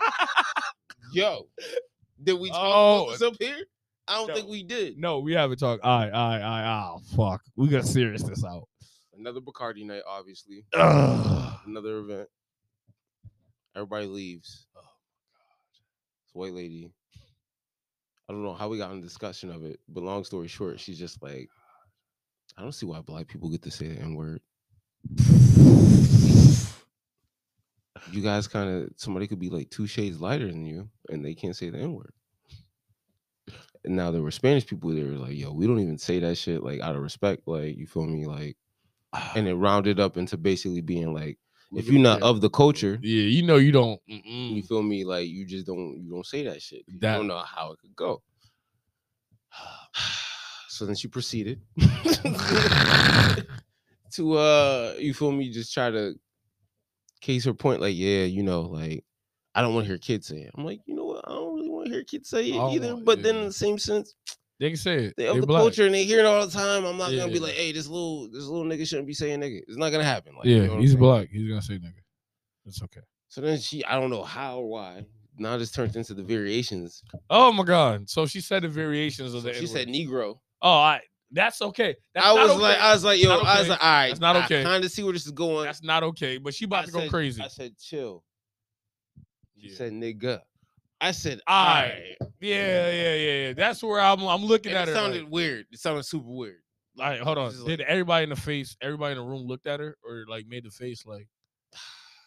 [SPEAKER 2] Yo, did we talk
[SPEAKER 1] Oh.
[SPEAKER 2] about this up here? I don't
[SPEAKER 1] No.
[SPEAKER 2] think we did.
[SPEAKER 1] No, we haven't talked. I, I, I, oh, fuck. We gotta serious this out.
[SPEAKER 2] Another Bacardi night, obviously.
[SPEAKER 1] Ugh.
[SPEAKER 2] Another event. Everybody leaves. Oh my god. This white lady. I don't know how we got in the discussion of it, but long story short, she's just like, I don't see why black people get to say the N word. You guys kind of somebody could be like two shades lighter than you, and they can't say the N word. And now there were Spanish people that were like, yo, we don't even say that shit like out of respect. Like, you feel me? Like, and it rounded up into basically being like,
[SPEAKER 1] Look
[SPEAKER 2] if
[SPEAKER 1] at
[SPEAKER 2] you're not
[SPEAKER 1] that.
[SPEAKER 2] of the culture,
[SPEAKER 1] yeah, you know you don't.
[SPEAKER 2] you
[SPEAKER 1] Mm-mm.
[SPEAKER 2] feel me? Like you just don't you don't say that shit. 'cause You
[SPEAKER 1] Mm. That-
[SPEAKER 2] don't know how it could go. [sighs] So then
[SPEAKER 1] [laughs]
[SPEAKER 2] she proceeded [laughs] to uh you feel me, just try to case her point, like, yeah, you know, like I don't want to hear kids say it. I'm like, you know what? I don't really want to hear kids say it
[SPEAKER 1] I don't
[SPEAKER 2] either.
[SPEAKER 1] want-
[SPEAKER 2] But then
[SPEAKER 1] yeah.
[SPEAKER 2] in the same sense,
[SPEAKER 1] [laughs] They can say it.
[SPEAKER 2] they of
[SPEAKER 1] They
[SPEAKER 2] the
[SPEAKER 1] black.
[SPEAKER 2] culture and they hear it all the time. I'm not gonna be
[SPEAKER 1] Yeah.
[SPEAKER 2] like, hey, this little this little nigga shouldn't be saying nigga. It's not gonna happen. Like, you
[SPEAKER 1] yeah,
[SPEAKER 2] know what I'm
[SPEAKER 1] he's
[SPEAKER 2] saying?
[SPEAKER 1] black. He's gonna say nigga. It's okay.
[SPEAKER 2] So then she, I don't know how or why. Now this turns into the variations.
[SPEAKER 1] Oh my god. So she said the variations of
[SPEAKER 2] So
[SPEAKER 1] the.
[SPEAKER 2] she said Negro.
[SPEAKER 1] "Oh, I. That's okay. That's
[SPEAKER 2] I
[SPEAKER 1] not
[SPEAKER 2] was
[SPEAKER 1] okay.
[SPEAKER 2] like, I was like, yo,
[SPEAKER 1] Not
[SPEAKER 2] I was
[SPEAKER 1] okay.
[SPEAKER 2] like, all right,
[SPEAKER 1] That's not okay.
[SPEAKER 2] I kind of see where this is going.
[SPEAKER 1] that's not okay." But she about
[SPEAKER 2] I
[SPEAKER 1] to go
[SPEAKER 2] said-
[SPEAKER 1] crazy.
[SPEAKER 2] I said, chill. She
[SPEAKER 1] Yeah.
[SPEAKER 2] said, nigga. I said, all
[SPEAKER 1] Aight.
[SPEAKER 2] right.
[SPEAKER 1] yeah, yeah, yeah, yeah. That's where I'm. I'm looking
[SPEAKER 2] And
[SPEAKER 1] at
[SPEAKER 2] it
[SPEAKER 1] her.
[SPEAKER 2] sounded
[SPEAKER 1] like,
[SPEAKER 2] weird. It sounded super weird.
[SPEAKER 1] all right, hold on.
[SPEAKER 2] she's
[SPEAKER 1] Did everybody in the face, everybody in the room looked at her or like made the face like,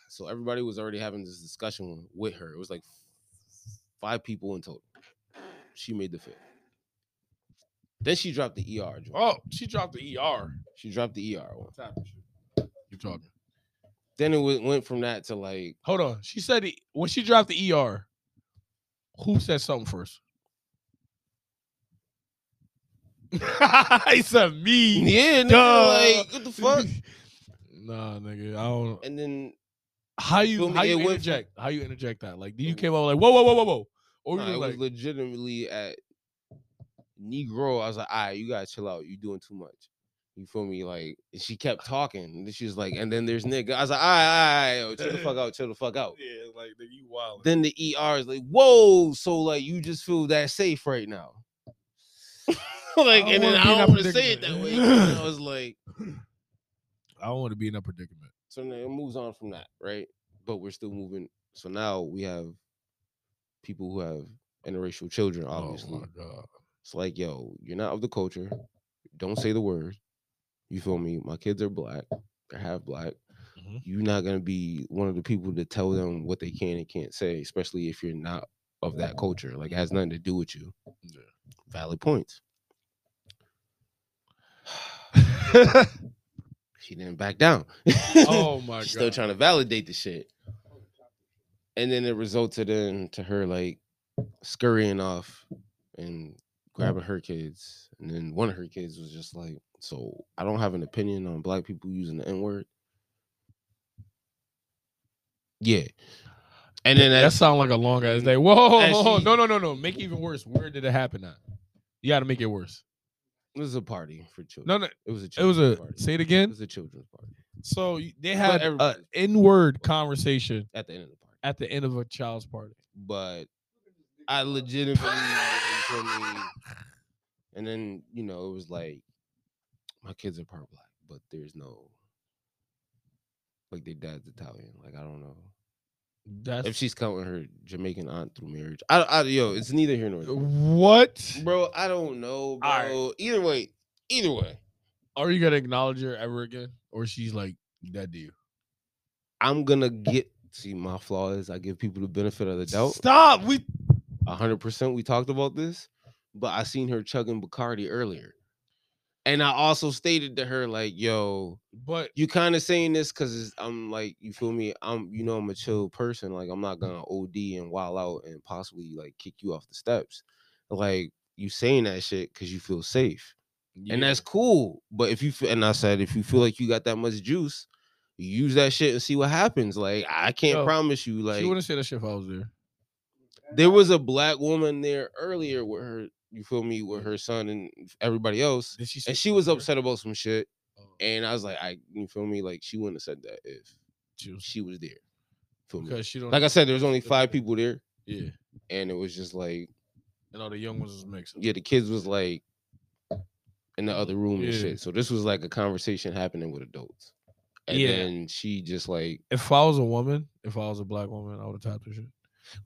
[SPEAKER 2] So everybody was already having this discussion with her. It was like five people in total. She made the fit. Then she dropped the ER. joint.
[SPEAKER 1] oh, she dropped the ER.
[SPEAKER 2] She dropped the ER one.
[SPEAKER 1] You talking.
[SPEAKER 2] Then it went went from that to like,
[SPEAKER 1] Hold on. She said the, when she dropped the ER, who said something first? [laughs] he said me.
[SPEAKER 2] yeah, nigga,
[SPEAKER 1] Duh.
[SPEAKER 2] like what the fuck?
[SPEAKER 1] Nah, nigga. I don't
[SPEAKER 2] And then
[SPEAKER 1] how you
[SPEAKER 2] Feel me?
[SPEAKER 1] how you
[SPEAKER 2] It went from-
[SPEAKER 1] interject. How you interject that? Like you
[SPEAKER 2] It
[SPEAKER 1] came out like, whoa, whoa, whoa, whoa, whoa. Or
[SPEAKER 2] Nah,
[SPEAKER 1] you
[SPEAKER 2] it
[SPEAKER 1] like
[SPEAKER 2] was legitimately at Negro. I was like, all right, you gotta chill out. You doing too much. You feel me? Like and she kept talking. And then she was like, and then there's nigga. I was like, all right, all right, chill
[SPEAKER 1] [laughs]
[SPEAKER 2] the fuck out, chill the fuck out.
[SPEAKER 1] Yeah, like nigga, you wild.
[SPEAKER 2] Then the ER is like, whoa, so like you just feel that safe right now. [laughs] like,
[SPEAKER 1] don't
[SPEAKER 2] and then
[SPEAKER 1] wanna
[SPEAKER 2] I
[SPEAKER 1] be in that
[SPEAKER 2] don't want to say it that way.
[SPEAKER 1] predicament.
[SPEAKER 2] 'cause I was like,
[SPEAKER 1] I don't want to be in that predicament.
[SPEAKER 2] so then it moves on from that, right? But we're still moving. So now we have people who have interracial children, obviously.
[SPEAKER 1] Oh my god.
[SPEAKER 2] It's like, yo, you're not of the culture. Don't say the word. You feel me? My kids are black. They're half black.
[SPEAKER 1] Mhm.
[SPEAKER 2] You're not gonna be one of the people to tell them what they can and can't say, especially if you're not of that culture. Like it has nothing to do with you.
[SPEAKER 1] Yeah.
[SPEAKER 2] Valid points. [laughs] She didn't back down.
[SPEAKER 1] oh my god.
[SPEAKER 2] She's still trying to validate the shit. And then it resulted in to her like scurrying off and grabbing her kids. And then one of her kids was just like, So I don't have an opinion on black people using the N-word. Yeah. And then
[SPEAKER 1] that
[SPEAKER 2] that's
[SPEAKER 1] sounds like a long ass day. Whoa, whoa,
[SPEAKER 2] and
[SPEAKER 1] whoa, whoa.
[SPEAKER 2] she-
[SPEAKER 1] no, no, no, no. Make it even worse. Where did it happen at? You got to make it worse.
[SPEAKER 2] it was a party for children.
[SPEAKER 1] No, no.
[SPEAKER 2] it was a
[SPEAKER 1] It was a.
[SPEAKER 2] children's party.
[SPEAKER 1] Say it
[SPEAKER 2] It
[SPEAKER 1] again.
[SPEAKER 2] was a children's party
[SPEAKER 1] So you- they had an
[SPEAKER 2] everybody-
[SPEAKER 1] inward conversation
[SPEAKER 2] at the end of the party.
[SPEAKER 1] at the end of a child's party.
[SPEAKER 2] but I legitimately you feel me? and then you know it was like my kids are part black, but there's no like their dad's Italian. Like I don't know
[SPEAKER 1] That's
[SPEAKER 2] if she's counting her Jamaican aunt through marriage. I, I yo, it's neither here nor
[SPEAKER 1] [laughs]
[SPEAKER 2] there,
[SPEAKER 1] what
[SPEAKER 2] bro. I don't know, bro.
[SPEAKER 1] Alright.
[SPEAKER 2] Either way, either way,
[SPEAKER 1] are you gonna acknowledge her ever again, or she's like dead to you?
[SPEAKER 2] I'm gonna get. See, my flaw is I give people the benefit of the doubt.
[SPEAKER 1] Stop. We
[SPEAKER 2] A hundred percent. We talked about this, but I seen her chugging Bacardi earlier, and I also stated to her like, "Yo,
[SPEAKER 1] but
[SPEAKER 2] you kind of saying this because I'm like, you feel me? I'm, you know, I'm a chill person. Like, I'm not gonna OD and wild out and possibly like kick you off the steps. Like, you saying that shit because you feel safe, and that's cool. But if you feel, and I said, if you feel like you got that much juice, use that shit and see what happens. Like, I can't
[SPEAKER 1] Yo,
[SPEAKER 2] promise you. Like,
[SPEAKER 1] she wouldn't say that shit if I was there.
[SPEAKER 2] there was a black woman there earlier with her, you feel me, with her son and everybody else.
[SPEAKER 1] Did she? say
[SPEAKER 2] And
[SPEAKER 1] she
[SPEAKER 2] she was
[SPEAKER 1] there?
[SPEAKER 2] upset about some shit.
[SPEAKER 1] Oh,
[SPEAKER 2] And I was like, I you feel me? Like she wouldn't have said that if
[SPEAKER 1] she
[SPEAKER 2] [laughs]
[SPEAKER 1] was-
[SPEAKER 2] she was there. Feel me?
[SPEAKER 1] because she don't.
[SPEAKER 2] Like I said, there was only
[SPEAKER 1] the-
[SPEAKER 2] five people there.
[SPEAKER 1] Yeah.
[SPEAKER 2] And it was just like
[SPEAKER 1] and all the young ones was mixing.
[SPEAKER 2] yeah, the kids was like in the other room and
[SPEAKER 1] Yeah.
[SPEAKER 2] shit. So this was like a conversation happening with adults. And
[SPEAKER 1] Yeah.
[SPEAKER 2] then she just like
[SPEAKER 1] If I was a woman, if I was a black woman, I would have tapped her shit.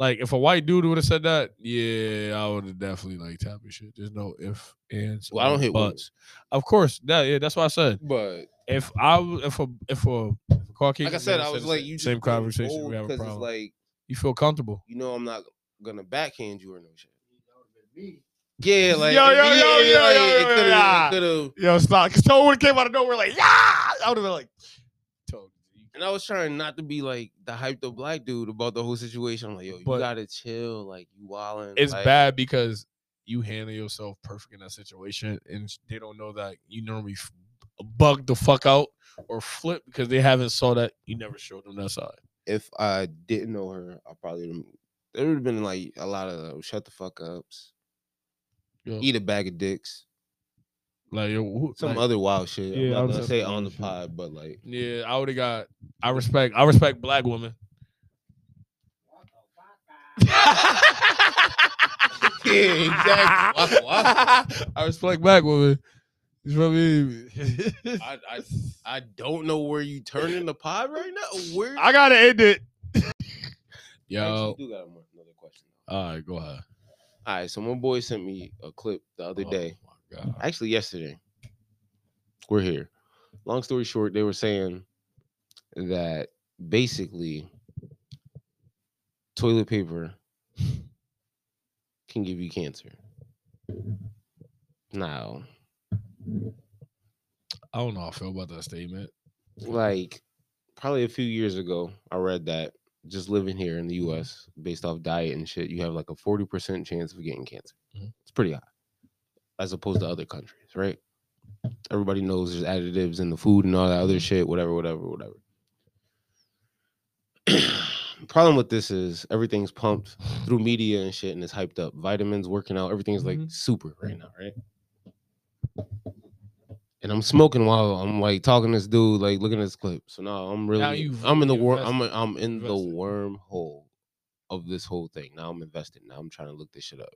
[SPEAKER 1] Like if a white dude would have said that, yeah, I would have definitely like tapped her shit. There's no if ands.
[SPEAKER 2] Well, I don't
[SPEAKER 1] or
[SPEAKER 2] hit women.
[SPEAKER 1] buts. Of course, that yeah, that's what I said.
[SPEAKER 2] but
[SPEAKER 1] If I w- if a if a, if a Caucasian
[SPEAKER 2] like I said,
[SPEAKER 1] man
[SPEAKER 2] I
[SPEAKER 1] said
[SPEAKER 2] was
[SPEAKER 1] the
[SPEAKER 2] like
[SPEAKER 1] same-
[SPEAKER 2] you just
[SPEAKER 1] same
[SPEAKER 2] being
[SPEAKER 1] conversation,
[SPEAKER 2] bold
[SPEAKER 1] we have a
[SPEAKER 2] 'cause
[SPEAKER 1] problem.
[SPEAKER 2] It's like
[SPEAKER 1] you feel comfortable.
[SPEAKER 2] you know I'm not gonna backhand you or no shit. Yeah, like
[SPEAKER 1] Yo, yo, yo, yo, yo, yo, yo,
[SPEAKER 2] yeah,
[SPEAKER 1] yeah.
[SPEAKER 2] it could have
[SPEAKER 1] Yo, stop. Cause someone came out of nowhere like, yeah, I would have been like, "Yo,
[SPEAKER 2] and I was trying not to be like the hyped up black dude about the whole situation. I'm like, yo, you
[SPEAKER 1] But-
[SPEAKER 2] gotta chill, like you wildin'.
[SPEAKER 1] it's
[SPEAKER 2] like,
[SPEAKER 1] bad because you handle yourself perfect in that situation, and sh- they don't know that you normally f- bug the fuck out or flip because they haven't saw that you never showed them that side.
[SPEAKER 2] If I didn't know her, I probably would've- there would have been like a lot of uh, shut the fuck ups,
[SPEAKER 1] Yo,
[SPEAKER 2] eat a bag of dicks,
[SPEAKER 1] like, yo, who,
[SPEAKER 2] some
[SPEAKER 1] like-
[SPEAKER 2] other wild shit.
[SPEAKER 1] Yeah, I
[SPEAKER 2] I'm
[SPEAKER 1] was
[SPEAKER 2] not gonna
[SPEAKER 1] up
[SPEAKER 2] say
[SPEAKER 1] for
[SPEAKER 2] on the
[SPEAKER 1] that shit.
[SPEAKER 2] pod, but like
[SPEAKER 1] yeah, I would have got. I respect. I respect black women.
[SPEAKER 2] yeah, exactly. Waka
[SPEAKER 1] I respect black women. You feel me?
[SPEAKER 2] waka. I, I I don't know where you turning the pod right now. Where
[SPEAKER 1] I gotta end it.
[SPEAKER 2] Actually,
[SPEAKER 1] Yo,
[SPEAKER 2] you do got one- another question.
[SPEAKER 1] all right, go ahead.
[SPEAKER 2] All right, so my boy sent me a clip the other
[SPEAKER 1] Oh
[SPEAKER 2] day,
[SPEAKER 1] my God.
[SPEAKER 2] actually yesterday. We're here. Long story short, they were saying that basically toilet paper can give you cancer. Now,
[SPEAKER 1] I don't know how I feel about that statement.
[SPEAKER 2] like probably a few years ago, I read that just living here in the US, based off diet and shit, you have like a 40% chance of getting cancer.
[SPEAKER 1] Mhm.
[SPEAKER 2] It's pretty high as opposed to other countries, right? Everybody knows there's additives in the food and all that other shit, whatever, whatever, whatever. [clears throat] Problem with this is everything's pumped through media and shit and it's hyped up. Vitamins, working out, everything's like
[SPEAKER 1] Mhm.
[SPEAKER 2] super right now, right? and I'm smoking while I'm like talking to this dude, like looking at this clip. So now I'm really,
[SPEAKER 1] you've
[SPEAKER 2] I'm in the
[SPEAKER 1] really
[SPEAKER 2] worm, I'm I'm in the
[SPEAKER 1] Invested.
[SPEAKER 2] wormhole of this whole thing. Now I'm invested. Now I'm trying to look this shit up,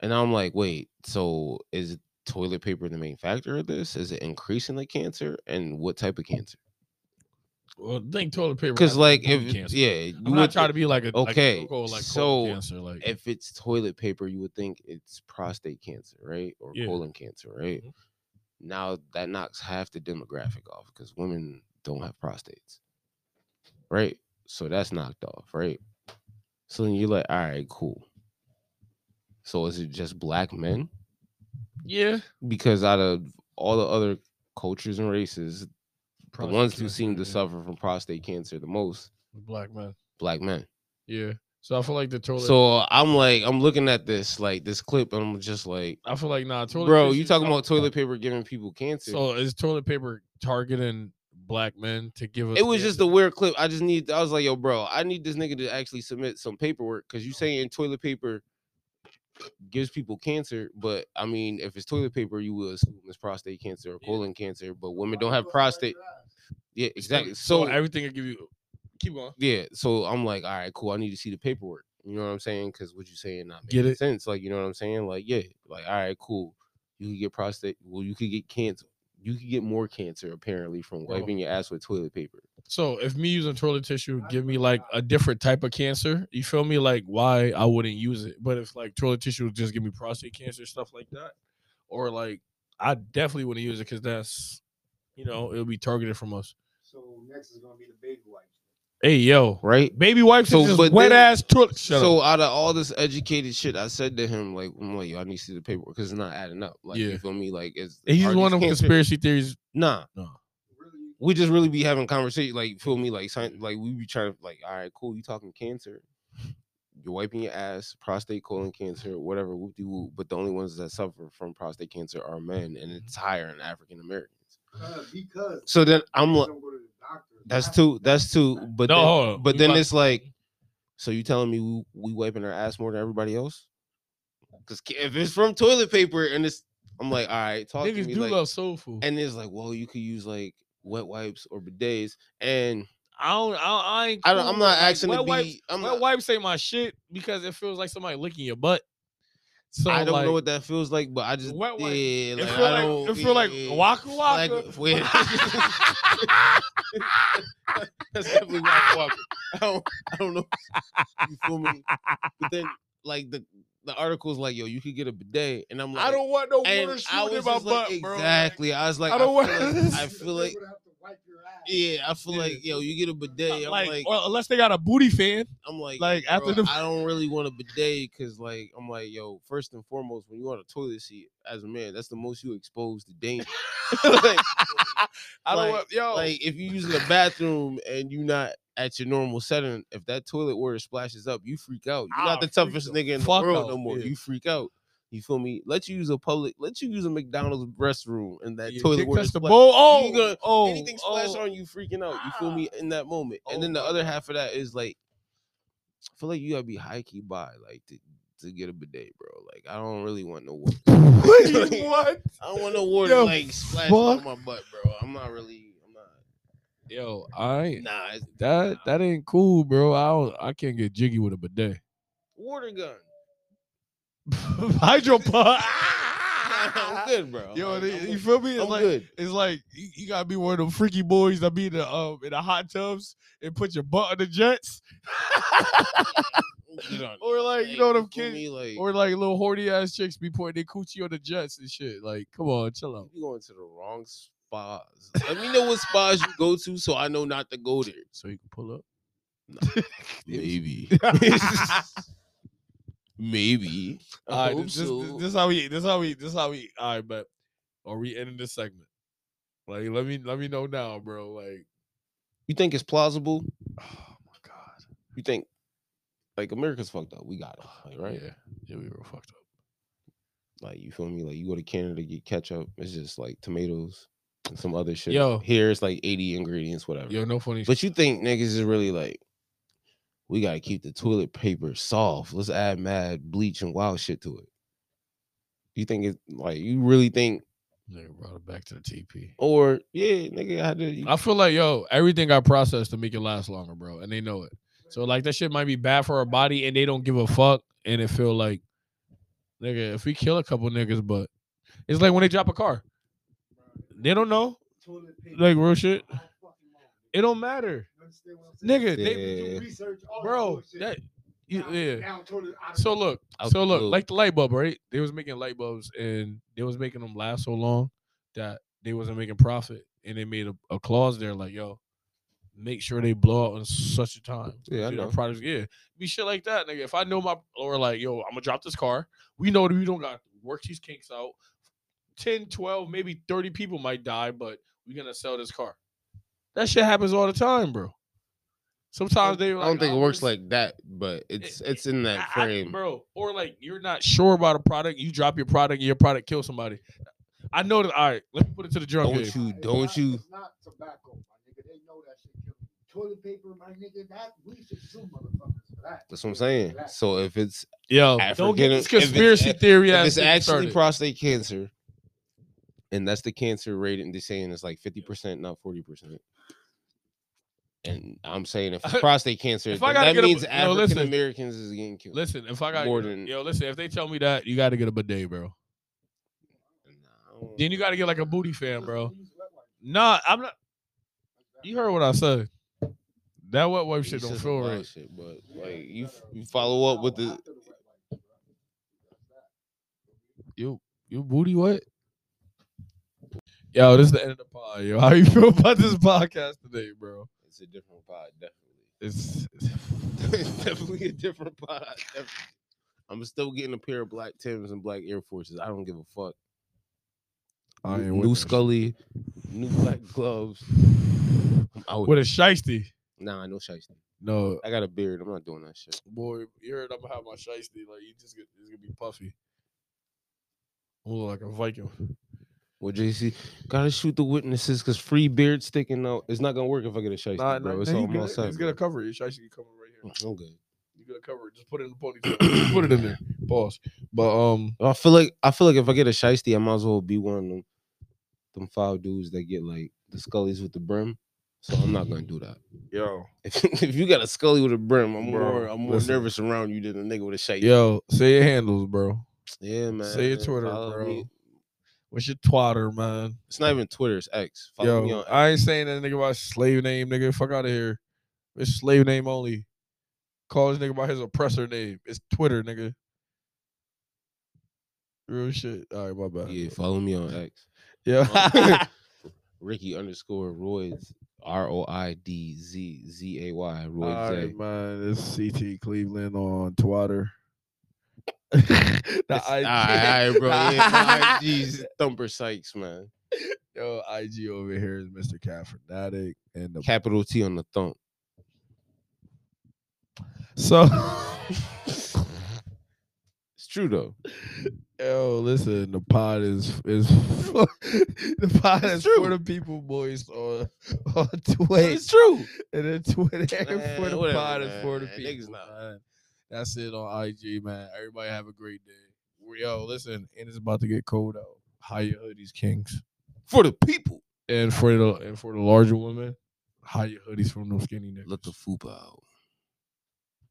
[SPEAKER 2] and I'm like, wait, so is toilet paper the main factor of this? Is it increasing the cancer, and what type of cancer?
[SPEAKER 1] Well, think toilet paper.
[SPEAKER 2] Because
[SPEAKER 1] has
[SPEAKER 2] like,
[SPEAKER 1] lung
[SPEAKER 2] if
[SPEAKER 1] cancer.
[SPEAKER 2] yeah, you
[SPEAKER 1] I'm not
[SPEAKER 2] would
[SPEAKER 1] trying to be like a like
[SPEAKER 2] Okay,
[SPEAKER 1] local, like, colon
[SPEAKER 2] so
[SPEAKER 1] cancer, like
[SPEAKER 2] if it's toilet paper, you would think it's prostate cancer, right? Or
[SPEAKER 1] Yeah.
[SPEAKER 2] colon cancer, right?
[SPEAKER 1] Mhm.
[SPEAKER 2] Now that knocks half the demographic off because women don't have prostates, right? So that's knocked off, right? So then you're like, all right, cool. So is it just black men?
[SPEAKER 1] yeah,
[SPEAKER 2] Because out of all the other cultures and races,
[SPEAKER 1] prostate
[SPEAKER 2] the ones who
[SPEAKER 1] cancer,
[SPEAKER 2] seem to
[SPEAKER 1] yeah,
[SPEAKER 2] suffer from prostate cancer the most,
[SPEAKER 1] black man.
[SPEAKER 2] black men.
[SPEAKER 1] Yeah, so I feel like the toilet.
[SPEAKER 2] So I'm like, I'm looking at this, like this clip, and I'm just like,
[SPEAKER 1] I feel like nah, toilet.
[SPEAKER 2] bro,
[SPEAKER 1] paper
[SPEAKER 2] you
[SPEAKER 1] shit
[SPEAKER 2] talking
[SPEAKER 1] suck.
[SPEAKER 2] about toilet paper giving people cancer?
[SPEAKER 1] So is toilet paper targeting black men to give us?
[SPEAKER 2] it was just a weird clip. I just need. I was like, yo, bro, I need this nigga to actually submit some paperwork because you saying toilet paper gives people cancer, but I mean, if it's toilet paper, you would assume it's prostate cancer or
[SPEAKER 1] Yeah.
[SPEAKER 2] colon cancer, but women don't have prostate. Yeah, exactly. So
[SPEAKER 1] everything I give you. Keep going.
[SPEAKER 2] yeah, so I'm like, all right, cool. I need to see the paperwork. You know what I'm saying? Because what you saying not
[SPEAKER 1] Get
[SPEAKER 2] making
[SPEAKER 1] it?
[SPEAKER 2] sense. Like, you know what I'm saying? Like, yeah, like, all right, cool. You could get prostate. Well, you could get cancer. You could get more cancer apparently from
[SPEAKER 1] Bro.
[SPEAKER 2] wiping your ass with toilet paper.
[SPEAKER 1] So if me using toilet tissue give me like a different type of cancer, you feel me? Like why I wouldn't use it. But if like toilet tissue would just give me prostate cancer, stuff like that, or like I definitely wouldn't use it because that's you know, it'll be targeted from us.
[SPEAKER 3] So next is gonna be the baby wipes.
[SPEAKER 1] Hey yo.
[SPEAKER 2] Right?
[SPEAKER 1] Baby wipes
[SPEAKER 2] So,
[SPEAKER 1] is
[SPEAKER 2] but
[SPEAKER 1] just wet
[SPEAKER 2] then-
[SPEAKER 1] ass toilet. Shut
[SPEAKER 2] so
[SPEAKER 1] up.
[SPEAKER 2] out of all this educated shit, I said to him, like, I'm like, yo, I need to see the paperwork because it's not adding up. Like,
[SPEAKER 1] Yeah.
[SPEAKER 2] you feel me? Like, it's
[SPEAKER 1] He's
[SPEAKER 2] are
[SPEAKER 1] one of them
[SPEAKER 2] these cancer-
[SPEAKER 1] conspiracy theories.
[SPEAKER 2] Nah.
[SPEAKER 1] No.
[SPEAKER 3] Really,
[SPEAKER 2] We just really be having conversation, like, feel me, like, sci- like we be trying to, like, all right, cool, you talking cancer, you're wiping your ass, prostate, colon cancer, whatever, whoop de whoop. But the only ones that suffer from prostate cancer are men,
[SPEAKER 1] Mm-hmm.
[SPEAKER 2] and it's higher in African Americans.
[SPEAKER 3] uh, because
[SPEAKER 2] So then I'm
[SPEAKER 3] you
[SPEAKER 2] like,
[SPEAKER 3] don't go to the doctor.
[SPEAKER 2] that's two, that's two. But
[SPEAKER 1] no,
[SPEAKER 2] then,
[SPEAKER 1] hold on.
[SPEAKER 2] but
[SPEAKER 1] We
[SPEAKER 2] then
[SPEAKER 1] about-
[SPEAKER 2] it's like, so you telling me we, we wiping our ass more than everybody else? Because if it's from toilet paper and it's, I'm like, all right, talk to
[SPEAKER 1] niggas
[SPEAKER 2] me.
[SPEAKER 1] do
[SPEAKER 2] like-
[SPEAKER 1] love soul food.
[SPEAKER 2] and it's like, well, you could use like wet wipes or bidets, and
[SPEAKER 1] I don't I, I ain't
[SPEAKER 2] I don't,
[SPEAKER 1] cool
[SPEAKER 2] I'm
[SPEAKER 1] with,
[SPEAKER 2] not
[SPEAKER 1] like,
[SPEAKER 2] asking
[SPEAKER 1] wet
[SPEAKER 2] to be.
[SPEAKER 1] wipes-
[SPEAKER 2] I'm
[SPEAKER 1] wet
[SPEAKER 2] not,
[SPEAKER 1] wipes ain't my shit because it feels like somebody licking your butt. So
[SPEAKER 2] I don't
[SPEAKER 1] like,
[SPEAKER 2] know what that feels like, but I just
[SPEAKER 1] Wet wipe.
[SPEAKER 2] yeah,
[SPEAKER 1] it
[SPEAKER 2] like,
[SPEAKER 1] feel
[SPEAKER 2] I
[SPEAKER 1] like
[SPEAKER 2] don't,
[SPEAKER 1] it feel like
[SPEAKER 2] yeah.
[SPEAKER 1] waka [laughs]
[SPEAKER 2] Like, [laughs]
[SPEAKER 1] waka.
[SPEAKER 2] wait. That's definitely waka waka. I don't, I don't know. You feel me? But then, like the the article's like, yo, you could get a bidet, and I'm like,
[SPEAKER 1] I don't want no
[SPEAKER 2] and
[SPEAKER 1] water
[SPEAKER 2] I
[SPEAKER 1] shooting
[SPEAKER 2] was
[SPEAKER 1] in my
[SPEAKER 2] just
[SPEAKER 1] butt,
[SPEAKER 2] like,
[SPEAKER 1] bro.
[SPEAKER 2] exactly. I was
[SPEAKER 1] [laughs]
[SPEAKER 2] like,
[SPEAKER 1] I
[SPEAKER 2] I,
[SPEAKER 1] don't
[SPEAKER 2] feel
[SPEAKER 1] want
[SPEAKER 2] like,
[SPEAKER 1] this.
[SPEAKER 2] I feel like,
[SPEAKER 3] would have to wipe your ass.
[SPEAKER 2] yeah, I feel
[SPEAKER 1] Yeah.
[SPEAKER 2] like, yo, you get a bidet. I'm
[SPEAKER 1] Like,
[SPEAKER 2] like,
[SPEAKER 1] or unless they got a booty fan,
[SPEAKER 2] I'm like,
[SPEAKER 1] like
[SPEAKER 2] Bro,
[SPEAKER 1] after the
[SPEAKER 2] I don't really want a bidet because, like, I'm like, yo, first and foremost, when you on a toilet seat as a man, that's the most you exposed to
[SPEAKER 1] [laughs]
[SPEAKER 2] danger. [laughs] like,
[SPEAKER 1] I don't
[SPEAKER 2] like-
[SPEAKER 1] want yo.
[SPEAKER 2] like, if you using a bathroom and you not at your normal setting, if that toilet water splashes up, you freak out. You're
[SPEAKER 1] I'll
[SPEAKER 2] not the
[SPEAKER 1] freak
[SPEAKER 2] toughest
[SPEAKER 1] the
[SPEAKER 2] nigga in the
[SPEAKER 1] fuck
[SPEAKER 2] world
[SPEAKER 1] out,
[SPEAKER 2] no more.
[SPEAKER 1] yeah.
[SPEAKER 2] You freak out. You feel me? Let you use a public, let you use a McDonald's restroom and that
[SPEAKER 1] your
[SPEAKER 2] toilet
[SPEAKER 1] dick
[SPEAKER 2] water
[SPEAKER 1] touch the
[SPEAKER 2] spla-
[SPEAKER 1] bowl.
[SPEAKER 2] you
[SPEAKER 1] Oh,
[SPEAKER 2] gonna-
[SPEAKER 1] oh,
[SPEAKER 2] anything splash
[SPEAKER 1] oh.
[SPEAKER 2] on you freaking out. You feel me in that moment.
[SPEAKER 1] Oh
[SPEAKER 2] and then the
[SPEAKER 1] my
[SPEAKER 2] other half of that is like, I feel like you gotta be high key by like to, to get a bidet, bro. Like I don't really want no water.
[SPEAKER 1] Wait, [laughs] what?
[SPEAKER 2] I don't want no water
[SPEAKER 1] The
[SPEAKER 2] like splashing on
[SPEAKER 1] fuck?
[SPEAKER 2] my butt, bro. I'm not really. I'm not.
[SPEAKER 1] Yo, I ain't
[SPEAKER 2] Nah, it's
[SPEAKER 1] that that ain't cool, bro. I don't, I can't get jiggy with a bidet.
[SPEAKER 2] water gun.
[SPEAKER 1] [laughs]
[SPEAKER 2] [laughs]
[SPEAKER 1] Hydro [laughs] pump.
[SPEAKER 2] Nah, I'm good, bro.
[SPEAKER 1] Yo,
[SPEAKER 2] Like,
[SPEAKER 1] they-
[SPEAKER 2] I'm
[SPEAKER 1] you
[SPEAKER 2] good.
[SPEAKER 1] feel me? It's
[SPEAKER 2] I'm
[SPEAKER 1] like
[SPEAKER 2] good.
[SPEAKER 1] it's like you, you gotta be one of them freaky boys that be in the um in the hot tubs and put your butt on the jets,
[SPEAKER 2] I'm good
[SPEAKER 1] [laughs]
[SPEAKER 2] on it.
[SPEAKER 1] [laughs] or like you know what I'm
[SPEAKER 2] feel
[SPEAKER 1] kidding,
[SPEAKER 2] me? Like,
[SPEAKER 1] or like little horny ass chicks be pointing their coochie on the jets and shit. Like, come on, chill out.
[SPEAKER 2] you going to the wrong spas. Let me know what spas you go to, so I know not to go there.
[SPEAKER 1] So you can pull up.
[SPEAKER 2] Maybe.
[SPEAKER 1] [laughs]
[SPEAKER 2] [laughs] Maybe.
[SPEAKER 1] All right, this, this, this how we. This how we. This how we. All right, but are we ending this segment? Like, let me let me know now, bro. Like, [sighs]
[SPEAKER 2] you think it's plausible?
[SPEAKER 1] oh my god,
[SPEAKER 2] You think like America's fucked up. We got it. Like, right?
[SPEAKER 1] Yeah, yeah, we were fucked up.
[SPEAKER 2] Like you feel me? Like you go to Canada get ketchup, it's just like tomatoes and some other shit.
[SPEAKER 1] Yo.
[SPEAKER 2] Here it's like 80 ingredients, whatever.
[SPEAKER 1] Yo, no funny. shit.
[SPEAKER 2] But you think niggas is really like, we gotta keep the toilet paper soft. Let's add mad bleach and wild shit to it. You think it's like you really think
[SPEAKER 1] Nigga brought it back to the TP.
[SPEAKER 2] or yeah, nigga I had to you-
[SPEAKER 1] I feel like yo, everything got processed to make it last longer, bro, and they know it. So like that shit might be bad for our body, and they don't give a fuck, and it feel like, nigga, if we kill a couple niggas, but it's like when they drop a car, they don't know.
[SPEAKER 3] Toilet paper.
[SPEAKER 1] Like real shit,
[SPEAKER 3] All fucking long, nigga.
[SPEAKER 1] it don't matter,
[SPEAKER 3] You understand what I'm saying?
[SPEAKER 1] nigga. They,
[SPEAKER 2] Yeah.
[SPEAKER 3] Do research, all that
[SPEAKER 1] bro,
[SPEAKER 3] bullshit.
[SPEAKER 1] that you-
[SPEAKER 3] Now-
[SPEAKER 1] yeah.
[SPEAKER 3] now toilet out of
[SPEAKER 1] So
[SPEAKER 3] the-
[SPEAKER 1] look,
[SPEAKER 2] Out
[SPEAKER 1] so
[SPEAKER 2] the
[SPEAKER 1] look,
[SPEAKER 2] blue.
[SPEAKER 1] like the light bulb, right? They was making light bulbs, and they was making them last so long that they wasn't making profit, and they made a, a clause there like, yo, make sure they blow out in such a time.
[SPEAKER 2] Yeah, I
[SPEAKER 1] See,
[SPEAKER 2] know.
[SPEAKER 1] Our products, yeah, be shit like that, nigga. If I know my or like, yo, I'm gonna drop this car. We know that we don't got to work these kinks out. 10, 12, maybe 30 people might die, but we're gonna sell this car. That shit happens all the time, bro. Sometimes they like, "Oh,
[SPEAKER 2] I don't think it works
[SPEAKER 1] like.
[SPEAKER 2] like that, but it's it's in that
[SPEAKER 1] I- I-
[SPEAKER 2] frame.
[SPEAKER 1] bro. Or like you're not sure about a product, you drop your product, and your product kills somebody. I know that. All right, let me put it to the drunk
[SPEAKER 2] Don't
[SPEAKER 1] game.
[SPEAKER 2] you-
[SPEAKER 3] It's
[SPEAKER 2] don't
[SPEAKER 3] not-
[SPEAKER 2] you-
[SPEAKER 3] It's not tobacco, my nigga. They know that shit kill you. Toilet paper, my nigga. That we should sue motherfuckers for that.
[SPEAKER 2] That's what I'm saying.
[SPEAKER 3] That.
[SPEAKER 2] So if it's
[SPEAKER 1] Yo, don't
[SPEAKER 2] African-
[SPEAKER 1] get this
[SPEAKER 2] if it's-
[SPEAKER 1] conspiracy theory.
[SPEAKER 2] if
[SPEAKER 1] ass
[SPEAKER 2] it's
[SPEAKER 1] shit
[SPEAKER 2] actually
[SPEAKER 1] started.
[SPEAKER 2] prostate cancer, and that's the cancer rate, and they're saying it's like 50%, not
[SPEAKER 1] [laughs]
[SPEAKER 2] 40%. And I'm saying if it's prostate cancer,
[SPEAKER 1] If I
[SPEAKER 2] then
[SPEAKER 1] gotta
[SPEAKER 2] that
[SPEAKER 1] get a-
[SPEAKER 2] means
[SPEAKER 1] yo, listen.
[SPEAKER 2] African Americans is getting killed.
[SPEAKER 1] listen, if I got
[SPEAKER 2] more than-
[SPEAKER 1] yo, listen, if they tell me that, you got to get a bidet, bro. Then you got to get like a booty fan,
[SPEAKER 3] Listen,
[SPEAKER 1] bro.
[SPEAKER 3] we use wet wipes.
[SPEAKER 1] Nah, I'm not.
[SPEAKER 3] That's
[SPEAKER 1] You
[SPEAKER 3] that.
[SPEAKER 1] heard what I said. That wet wipe
[SPEAKER 2] He
[SPEAKER 1] shit don't
[SPEAKER 2] said some
[SPEAKER 1] feel
[SPEAKER 2] wild
[SPEAKER 1] right.
[SPEAKER 2] Shit, but
[SPEAKER 3] Yeah,
[SPEAKER 2] like
[SPEAKER 3] it's
[SPEAKER 2] you,
[SPEAKER 3] better.
[SPEAKER 2] you follow up with the
[SPEAKER 3] After wet wipes, bro. That's that.
[SPEAKER 1] You, you booty what? Yo, this is the end of the pod. Yo, [laughs] how you feel about this podcast today, bro?
[SPEAKER 2] It's a different pod, definitely.
[SPEAKER 1] It's
[SPEAKER 2] it's [laughs] definitely a different pod. Definitely. I'm still getting a pair of black Tims and black Air Forces. I don't give a fuck.
[SPEAKER 1] I ain't
[SPEAKER 2] New-
[SPEAKER 1] with
[SPEAKER 2] new
[SPEAKER 1] that shit.
[SPEAKER 2] Scully, new black gloves. I'm out.
[SPEAKER 1] with a shiesty.
[SPEAKER 2] Nah, no shiesty.
[SPEAKER 1] No,
[SPEAKER 2] I got a beard. I'm not doing that shit.
[SPEAKER 1] boy, you heard I'm gonna have my shiesty. Like you just get, it's gonna be puffy. I'm gonna look like a Viking.
[SPEAKER 2] Well, JC, gotta shoot the witnesses because free beard sticking out. It's not gonna work if I get a shiesty,
[SPEAKER 1] Nah, nah,
[SPEAKER 2] bro. it's
[SPEAKER 1] nah,
[SPEAKER 2] all
[SPEAKER 1] you
[SPEAKER 2] my
[SPEAKER 1] good.
[SPEAKER 2] side.
[SPEAKER 1] It's gonna cover it. Your shiesty can cover right
[SPEAKER 2] [clears throat]
[SPEAKER 1] here.
[SPEAKER 2] Mm, I'm good.
[SPEAKER 1] You gonna cover it. Just put it in the ponytail. Just put it in there. Pause. But um,
[SPEAKER 2] I feel like I feel like if I get a shiesty, I might as well be one of them them five dudes that get like the scullies with the brim. So I'm not gonna do that.
[SPEAKER 1] yo,
[SPEAKER 2] If, [laughs] if you got a scully with a brim, I'm
[SPEAKER 1] Bro,
[SPEAKER 2] more I'm more
[SPEAKER 1] listen.
[SPEAKER 2] nervous around you than a nigga with a shiesty.
[SPEAKER 1] yo, say your handles, bro.
[SPEAKER 2] Yeah, man.
[SPEAKER 1] Say your Twitter,
[SPEAKER 2] Follow
[SPEAKER 1] bro.
[SPEAKER 2] me.
[SPEAKER 1] What's your twatter, man?
[SPEAKER 2] It's not even Twitter. It's X. Follow me
[SPEAKER 1] Yo,
[SPEAKER 2] on.
[SPEAKER 1] I ain't saying that nigga about slave name, nigga. Fuck out of here. It's slave name only. Call this nigga by his oppressor name. It's Twitter, nigga. Real shit. All right, my bad.
[SPEAKER 2] Yeah, follow me on X.
[SPEAKER 1] [laughs]
[SPEAKER 2] Um,
[SPEAKER 1] yeah. [laughs]
[SPEAKER 2] [laughs] Ricky underscore Royds. R O I D Z Z A Y.
[SPEAKER 1] All
[SPEAKER 2] Royds.
[SPEAKER 1] right,
[SPEAKER 2] Zay.
[SPEAKER 1] man. It's CT Cleveland on
[SPEAKER 2] [laughs]
[SPEAKER 1] Twitter. the
[SPEAKER 2] That's- all
[SPEAKER 1] IG,
[SPEAKER 2] right, all right, bro. Yeah, my IG's Thumper Sykes, man.
[SPEAKER 1] [laughs] yo, IG over here is Mr. Cat Fanatic and the
[SPEAKER 2] Capital T on the thump.
[SPEAKER 1] so. [laughs]
[SPEAKER 2] It's true though.
[SPEAKER 1] Yo, listen, the pod is is [laughs] for, the pod
[SPEAKER 2] It's
[SPEAKER 1] is
[SPEAKER 2] true.
[SPEAKER 1] for the people, boys on [laughs] on Twitch
[SPEAKER 2] It's true.
[SPEAKER 1] and then Twitter [laughs]
[SPEAKER 2] Man,
[SPEAKER 1] for the
[SPEAKER 2] whatever,
[SPEAKER 1] pod is for the
[SPEAKER 2] man. Niggas
[SPEAKER 1] people.
[SPEAKER 2] not-
[SPEAKER 1] man. That's it on IG, man. Everybody have a great day. Yo, listen, and it's about to get cold out. Hire your hoodies, kings.
[SPEAKER 2] For the people.
[SPEAKER 1] and for the and for the larger women, hide your hoodies from them skinny niggas.
[SPEAKER 2] Let the fupa out.